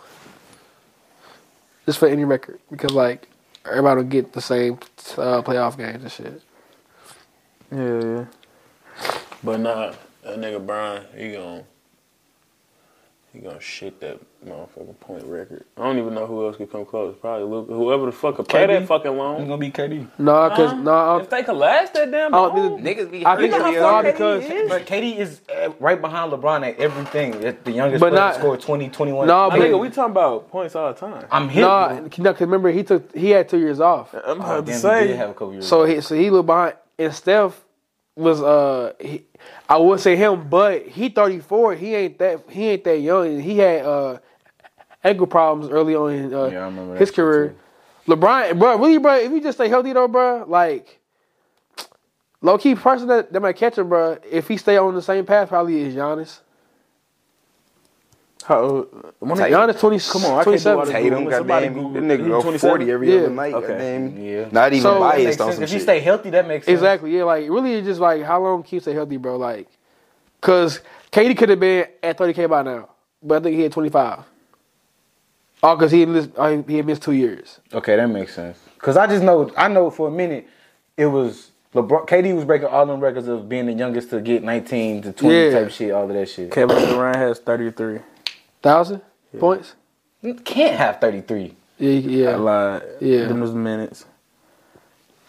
S2: Just for any record. Because like everybody will get the same uh, playoff games and shit.
S4: Yeah, yeah.
S10: But nah, that nigga Brian, he gon' he gonna shit that motherfucking point record.
S4: I don't even know who else could come close. Probably Luke, whoever the fuck could play that fucking
S3: It's
S4: long.
S3: gonna be KD.
S2: No, because
S4: Um,
S2: no, I don't-
S4: If they could last that damn
S2: I don't think
S4: long,
S1: Niggas be
S2: I think
S1: hurt.
S2: it's
S4: how
S2: no,
S4: far KD
S2: because
S4: is?
S3: But KD is uh, right behind LeBron at everything. That's the youngest
S2: But
S3: player
S2: not-
S3: to score 20, 21.
S2: No,
S4: my
S2: but-
S4: nigga, we talking about points all the time.
S3: I'm hit.
S2: no, no, cause remember he took he had two years off.
S4: I'm
S3: Oh,
S4: about
S3: damn,
S4: to
S3: he did
S4: say.
S3: have a couple years.
S2: So he so he looked behind and Steph was uh he, I would say him, but he thirty four. He ain't that he ain't that young. And he had uh ankle problems early on in uh,
S3: Yeah, I remember that
S2: his
S3: shit,
S2: career. LeBron, bro, really, bro. If you just stay healthy though, bro, like low key person that, that might catch him, bro. If he stay on the same path, probably is Giannis.
S4: How old? when he-
S2: Giannis twenty.
S4: Come on, I can't do
S2: 27.
S4: all this
S1: Tatum,
S4: Google. Somebody
S1: goddamn,
S4: Google.
S1: that nigga
S4: He
S1: go
S4: 27?
S1: forty every
S2: Yeah.
S1: other night.
S4: Okay.
S1: Goddamn,
S3: Yeah.
S1: not even
S2: So-
S3: That
S1: biased
S3: makes
S1: on
S3: sense.
S1: some
S3: If you
S1: shit.
S3: stay healthy, that makes sense.
S2: Exactly. Yeah. Like really, it's just like how long can you stay healthy, bro? Like, cause Katie could have been at thirty k by now, but I think he had twenty five. Oh, cause he had missed, oh, he- he had missed two years.
S3: Okay, that makes sense. Cause I just know, I know for a minute, it was LeBron. KD was breaking all them records of being the youngest to get 19 to 20
S2: Yeah.
S3: type shit, all of that shit.
S4: Kevin Durant has 33.
S2: Thousand points.
S3: You can't have 33.
S2: Yeah, yeah.
S4: I lied.
S2: Yeah.
S4: Them was minutes.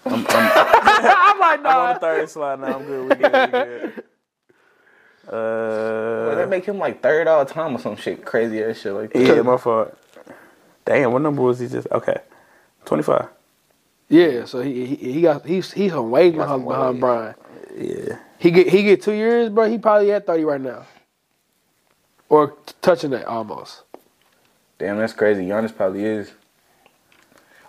S2: I'm like,
S4: I'm on the
S2: nah.
S4: third slide now. I'm good. We good. We good.
S3: Well,
S4: Uh,
S3: that make him like third all time or some shit, crazy ass shit like that.
S4: yeah, my fault. Damn, what number was he just? Okay, 25.
S2: Yeah. So he he, he got he's he's on way behind, behind Brian.
S4: Yeah.
S2: He get he get two years, bro. He probably at thirty right now, or t- touching that almost.
S3: Damn, that's crazy. Giannis probably is.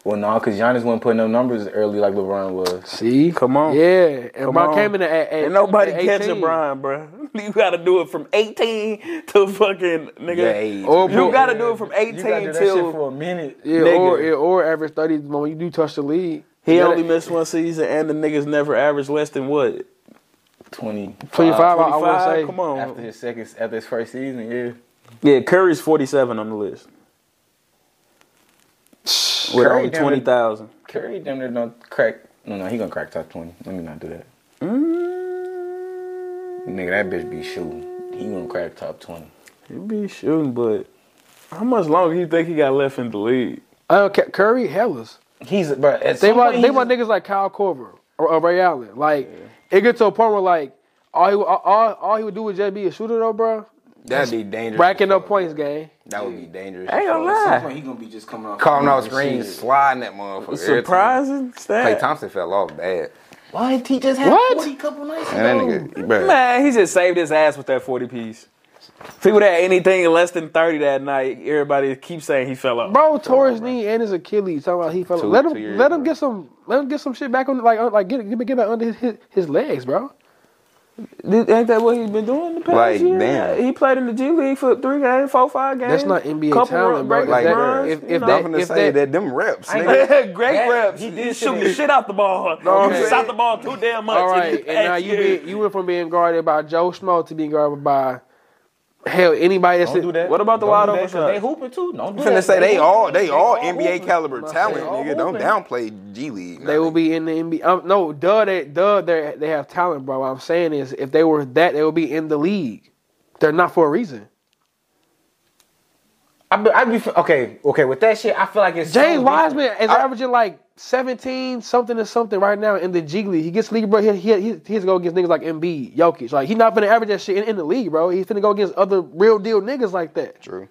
S3: Well, no, because Giannis wasn't putting up numbers early like LeBron was.
S2: See,
S4: Come on.
S2: Yeah, and
S4: Come
S2: Brian
S4: on.
S2: came in at, at
S4: Ain't nobody
S2: at 18.
S4: catching Brian, bro. You gotta do it from 18 to fucking nigga.
S1: Yeah,
S2: Or
S4: you gotta do it from 18
S3: You gotta do that shit
S4: till
S3: for a minute.
S2: Yeah,
S4: Nigga.
S2: or yeah, or average thirty when you do touch the lead.
S4: he
S2: You
S4: only
S2: gotta-
S4: missed one season, and the niggas never averaged less than what
S3: 20.
S2: 25, I- I would
S4: 25.
S2: say.
S4: Come on.
S3: After his second, after his first season, yeah.
S4: Yeah, Curry's 47 on the list with
S3: Curry
S4: only
S3: damn near-
S4: 20,000.
S3: Curry damn near don't crack. No, no, he gonna crack top twenty. Let me not do that. Nigga, that bitch be shooting. He gonna crack top twenty.
S4: He be shooting, but how much longer you think he got left in the league?
S2: I don't care. Curry, hellas.
S3: He's but at
S2: They
S3: some
S2: want
S3: point,
S2: they
S3: he's
S2: want niggas like Kyle Korver or, or Ray Allen. Like it gets to a point where like all he all, all all he would do would just be a shooter though, bro.
S1: That'd be dangerous.
S2: Racking up points, gang.
S1: That would be dangerous.
S4: Ain't gonna
S3: at some
S4: lie.
S3: point he gonna be just coming off.
S1: Calling out screens, sliding that motherfucker.
S4: Surprising
S1: Clay
S4: stat.
S1: Thompson fell off bad.
S3: What? He just had
S2: What?
S3: forty couple nights ago.
S1: And that nigga, bro,
S4: Man, he just saved his ass with that 40 piece. If he would have had anything less than 30 that night, everybody keeps saying he fell off.
S2: Bro tore his knee and his Achilles. Talking about he fell.
S1: Two-
S2: let
S1: two
S2: him
S1: years,
S2: let him
S1: bro.
S2: get some let him get some shit back on like uh, like get get, get that under his, his his legs, bro.
S4: Did- ain't that what he's been doing the past
S1: Like,
S4: year?
S1: damn.
S4: He played in the G League for three games, four, five games.
S2: That's not NBA
S4: couple
S2: talent,
S4: run-
S2: bro.
S4: breaking
S1: Like,
S4: runs,
S2: if-
S4: you
S2: if
S4: know?
S1: I'm
S2: that-
S1: finna say that, them reps, nigga.
S4: Great
S3: That-
S4: reps.
S3: he
S4: He
S3: did
S4: did
S3: shit
S4: shoot
S3: in-
S4: the shit out the ball.
S1: No,
S4: he
S1: I'm
S4: shot the ball too damn much.
S2: All right, and
S4: in
S2: now
S4: the past
S2: you
S4: year.
S2: been, you went from being guarded by Joe Schmo to being guarded by hell anybody that's
S3: Don't do that.
S4: What about the
S3: Don't
S4: wide
S3: do that,
S4: open
S3: 'cause
S4: shot?
S3: They hooping too. Don't do
S1: I'm finna
S3: that.
S1: say they all they all
S2: hooping.
S1: NBA caliber talent,
S2: all
S1: nigga. Don't
S2: hooping.
S1: downplay G League.
S2: They will be in the NBA. Um, no, duh, they, duh, they they have talent, bro. What I'm saying is, if they were that, they would be in the league. They're not for a reason.
S3: I be, I be f- okay. Okay, with that shit, I feel like it's
S2: James
S3: so
S2: Wiseman is averaging like 17 something to something right now in the G League. He gets league, bro. He he he- he's go against niggas like Embiid, Jokic. Like he's not finna average that shit in, in the league, bro. He's finna go against other real deal niggas like that.
S1: True.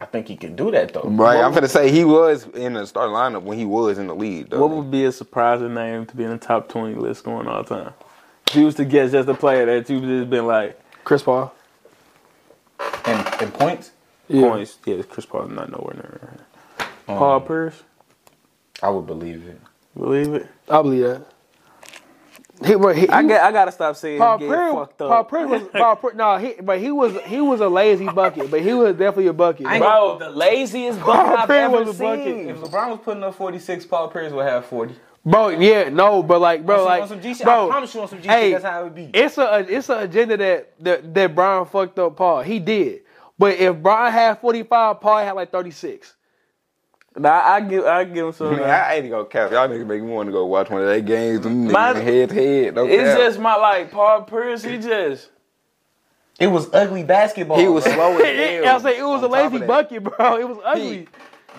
S3: I think he can do that though.
S1: Right. I'm finna say he was in the starting lineup when he was in the league. Though.
S4: What would be a surprising name to be in the top 20 list going all time? If you was to guess just a player that you just been like,
S2: Chris Paul.
S3: And, and points,
S4: points. Yeah, Chris Paul's not nowhere near.
S1: Um,
S4: Paul Pierce,
S3: I would believe it.
S4: believe it.
S2: I believe that. He, bro, he,
S4: I
S2: he-
S4: got. I gotta stop saying
S2: Paul
S4: get
S2: Pierce,
S4: fucked up.
S2: Paul Pierce was Paul Pierce, no, he, but he was he was a lazy bucket, but he was definitely a bucket.
S3: Bro, the laziest
S2: Paul
S3: bucket I've
S2: Pierce
S3: ever
S2: was a bucket.
S3: seen. If LeBron was putting up 46, Paul Pierce would have 40.
S2: Bro, yeah, no, but like, bro,
S3: On some-
S2: like,
S3: on some G shit? I
S2: bro,
S3: promise you on some G shit, that's how it would be.
S2: It's a it's an agenda that that, that Brian fucked up Paul. He did, but if Brian had forty five, Paul had like thirty six.
S4: Nah, I give. I give him some.
S1: Man, I ain't gonna cap. Y'all niggas make me want to go watch one of their games. Them
S4: My-
S1: niggas head to head. No
S4: It's
S1: cap.
S4: just my like Paul Pierce. He just
S3: It was ugly basketball.
S1: he was
S3: bro.
S1: slow as
S2: It,
S1: hell.
S2: I say it was a
S1: on top of
S2: lazy
S1: that.
S2: bucket, bro. It was ugly.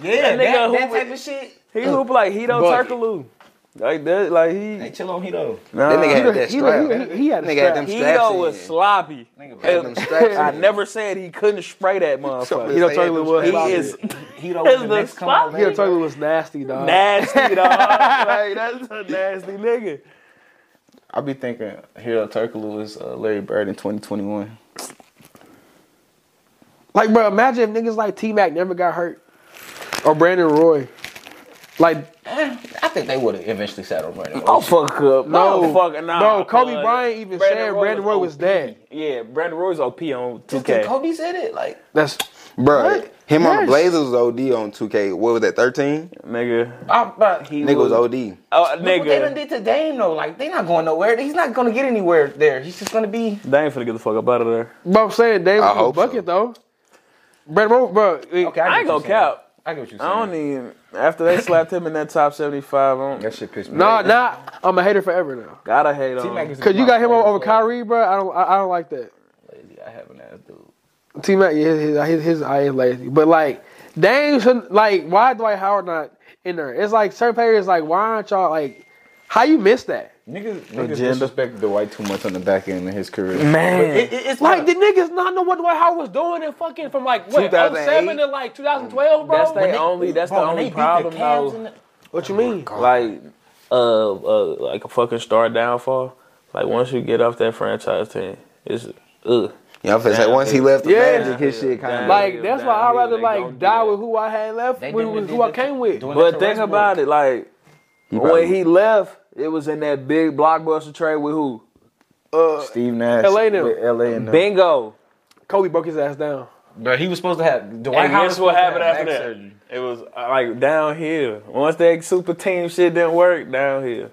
S3: Yeah,
S4: That nigga
S3: that, that,
S4: who was-
S3: type of shit.
S4: he hoop like Hito
S1: Bucket.
S4: Turkoglu. Like that. Like he.
S3: Hey, chill on Hito.
S4: Nah.
S1: That nigga had that
S2: he-
S1: strap.
S2: he- he had a
S1: nigga had
S2: strap.
S1: them straps.
S4: Hito was
S1: in.
S4: sloppy.
S1: Had them straps
S4: I
S1: in.
S4: never said he couldn't spray that
S1: Something
S4: motherfucker.
S1: to
S2: know,
S1: say,
S2: Charlie
S1: them
S2: Wood,
S4: He
S1: straps in.
S4: is
S3: Hito
S4: It's
S3: was the
S4: the
S3: next come out
S4: spot.
S2: He
S3: later.
S2: was talking was nasty, dog.
S4: nasty dog. like that's a nasty nigga.
S3: I be thinking Hito Turkoglu is uh, Larry Bird in 2021.
S2: Like, bro, imagine if niggas like T Mac never got hurt or Brandon Roy. Like,
S3: Eh, I think they would have eventually settled Brandon.
S4: Oh fuck up.
S2: no,
S4: No fuck nah.
S2: bro. Kobe
S4: cuz.
S2: Bryant even
S4: Brandon
S2: said
S4: Roy
S2: Brandon
S4: was
S2: Roy was
S4: OP.
S2: dead.
S4: Yeah, Brandon Roy's OP on
S3: Just 'cause
S4: 2K.
S3: Kobe said it. Like,
S2: That's
S1: Bro, him on
S2: Yes.
S1: the Blazers was OD on 2K. What was that, 13?
S4: Nigga.
S3: I'm, but he
S1: Nigga was
S3: was-
S1: OD.
S4: Oh,
S3: Look what they done
S4: nigga.
S3: did to Dame though. Like they not going nowhere. He's not gonna get anywhere there. He's just gonna be.
S4: They ain't finna get the fuck up out of there.
S2: But I'm saying Dame
S1: I
S2: was a
S1: hope
S2: bucket though. Brandon Roy, bro.
S3: Okay,
S4: I ain't
S3: get what
S4: gonna
S3: you're saying.
S4: cap.
S3: I get what you're saying.
S4: I don't even. After they slapped him in that top 75, I don't,
S3: that shit pissed me.
S2: Nah,
S3: off.
S2: nah. I'm a hater forever now.
S4: gotta hate on
S3: T-Mac
S4: him.
S3: is
S2: Cause you
S3: my
S2: got him
S3: favorite
S2: over
S3: player.
S2: Kyrie, bro. I don't. I, I don't like that.
S3: Lazy, I have an ass dude.
S2: T Mac, yeah, his, his his eye is lazy, but like Dame shouldn't. Like, why Dwight Howard not in there? It's like certain players. Like, why aren't y'all like? How you miss that?
S3: Niggas, niggas disrespect Dwight too much on the back end of his career.
S4: Man.
S3: it's
S2: Like, did niggas not know what Dwight Howard was doing and fucking from like what 07 to like 2012, bro?
S4: That's they
S3: they-
S4: only. That's the
S3: bro, when they
S4: only
S3: beat the
S4: problem
S3: Cavs
S4: though.
S3: in the-
S2: what you mean?
S4: Like, uh, uh, like a fucking star downfall. Like once you get off that franchise team, it's ugh.
S1: Yeah, I'm finna say, once he left the
S2: Yeah.
S1: Magic, his shit kind of.
S2: Like, that's why I'd rather
S4: They gonna do
S2: like die
S4: that.
S2: with who I had left,
S3: They
S2: with,
S3: didn't
S2: with
S3: do
S2: who I
S3: that
S2: came with.
S3: doing that
S4: But
S3: to
S4: think
S3: Westbrook.
S4: about it, like
S1: probably-
S4: when he left, it was in that big blockbuster trade with who?
S3: Steve Nash,
S2: LA now.
S3: with LA and them.
S4: Bingo.
S2: Kobe broke his ass down.
S3: Bro, he was supposed to have Dwight
S4: And
S3: Howard
S4: guess what
S3: was supposed to
S4: happened
S3: have
S4: after
S3: back
S4: that?
S3: surgery.
S4: It was uh, like downhill. Once that super team shit didn't work, downhill.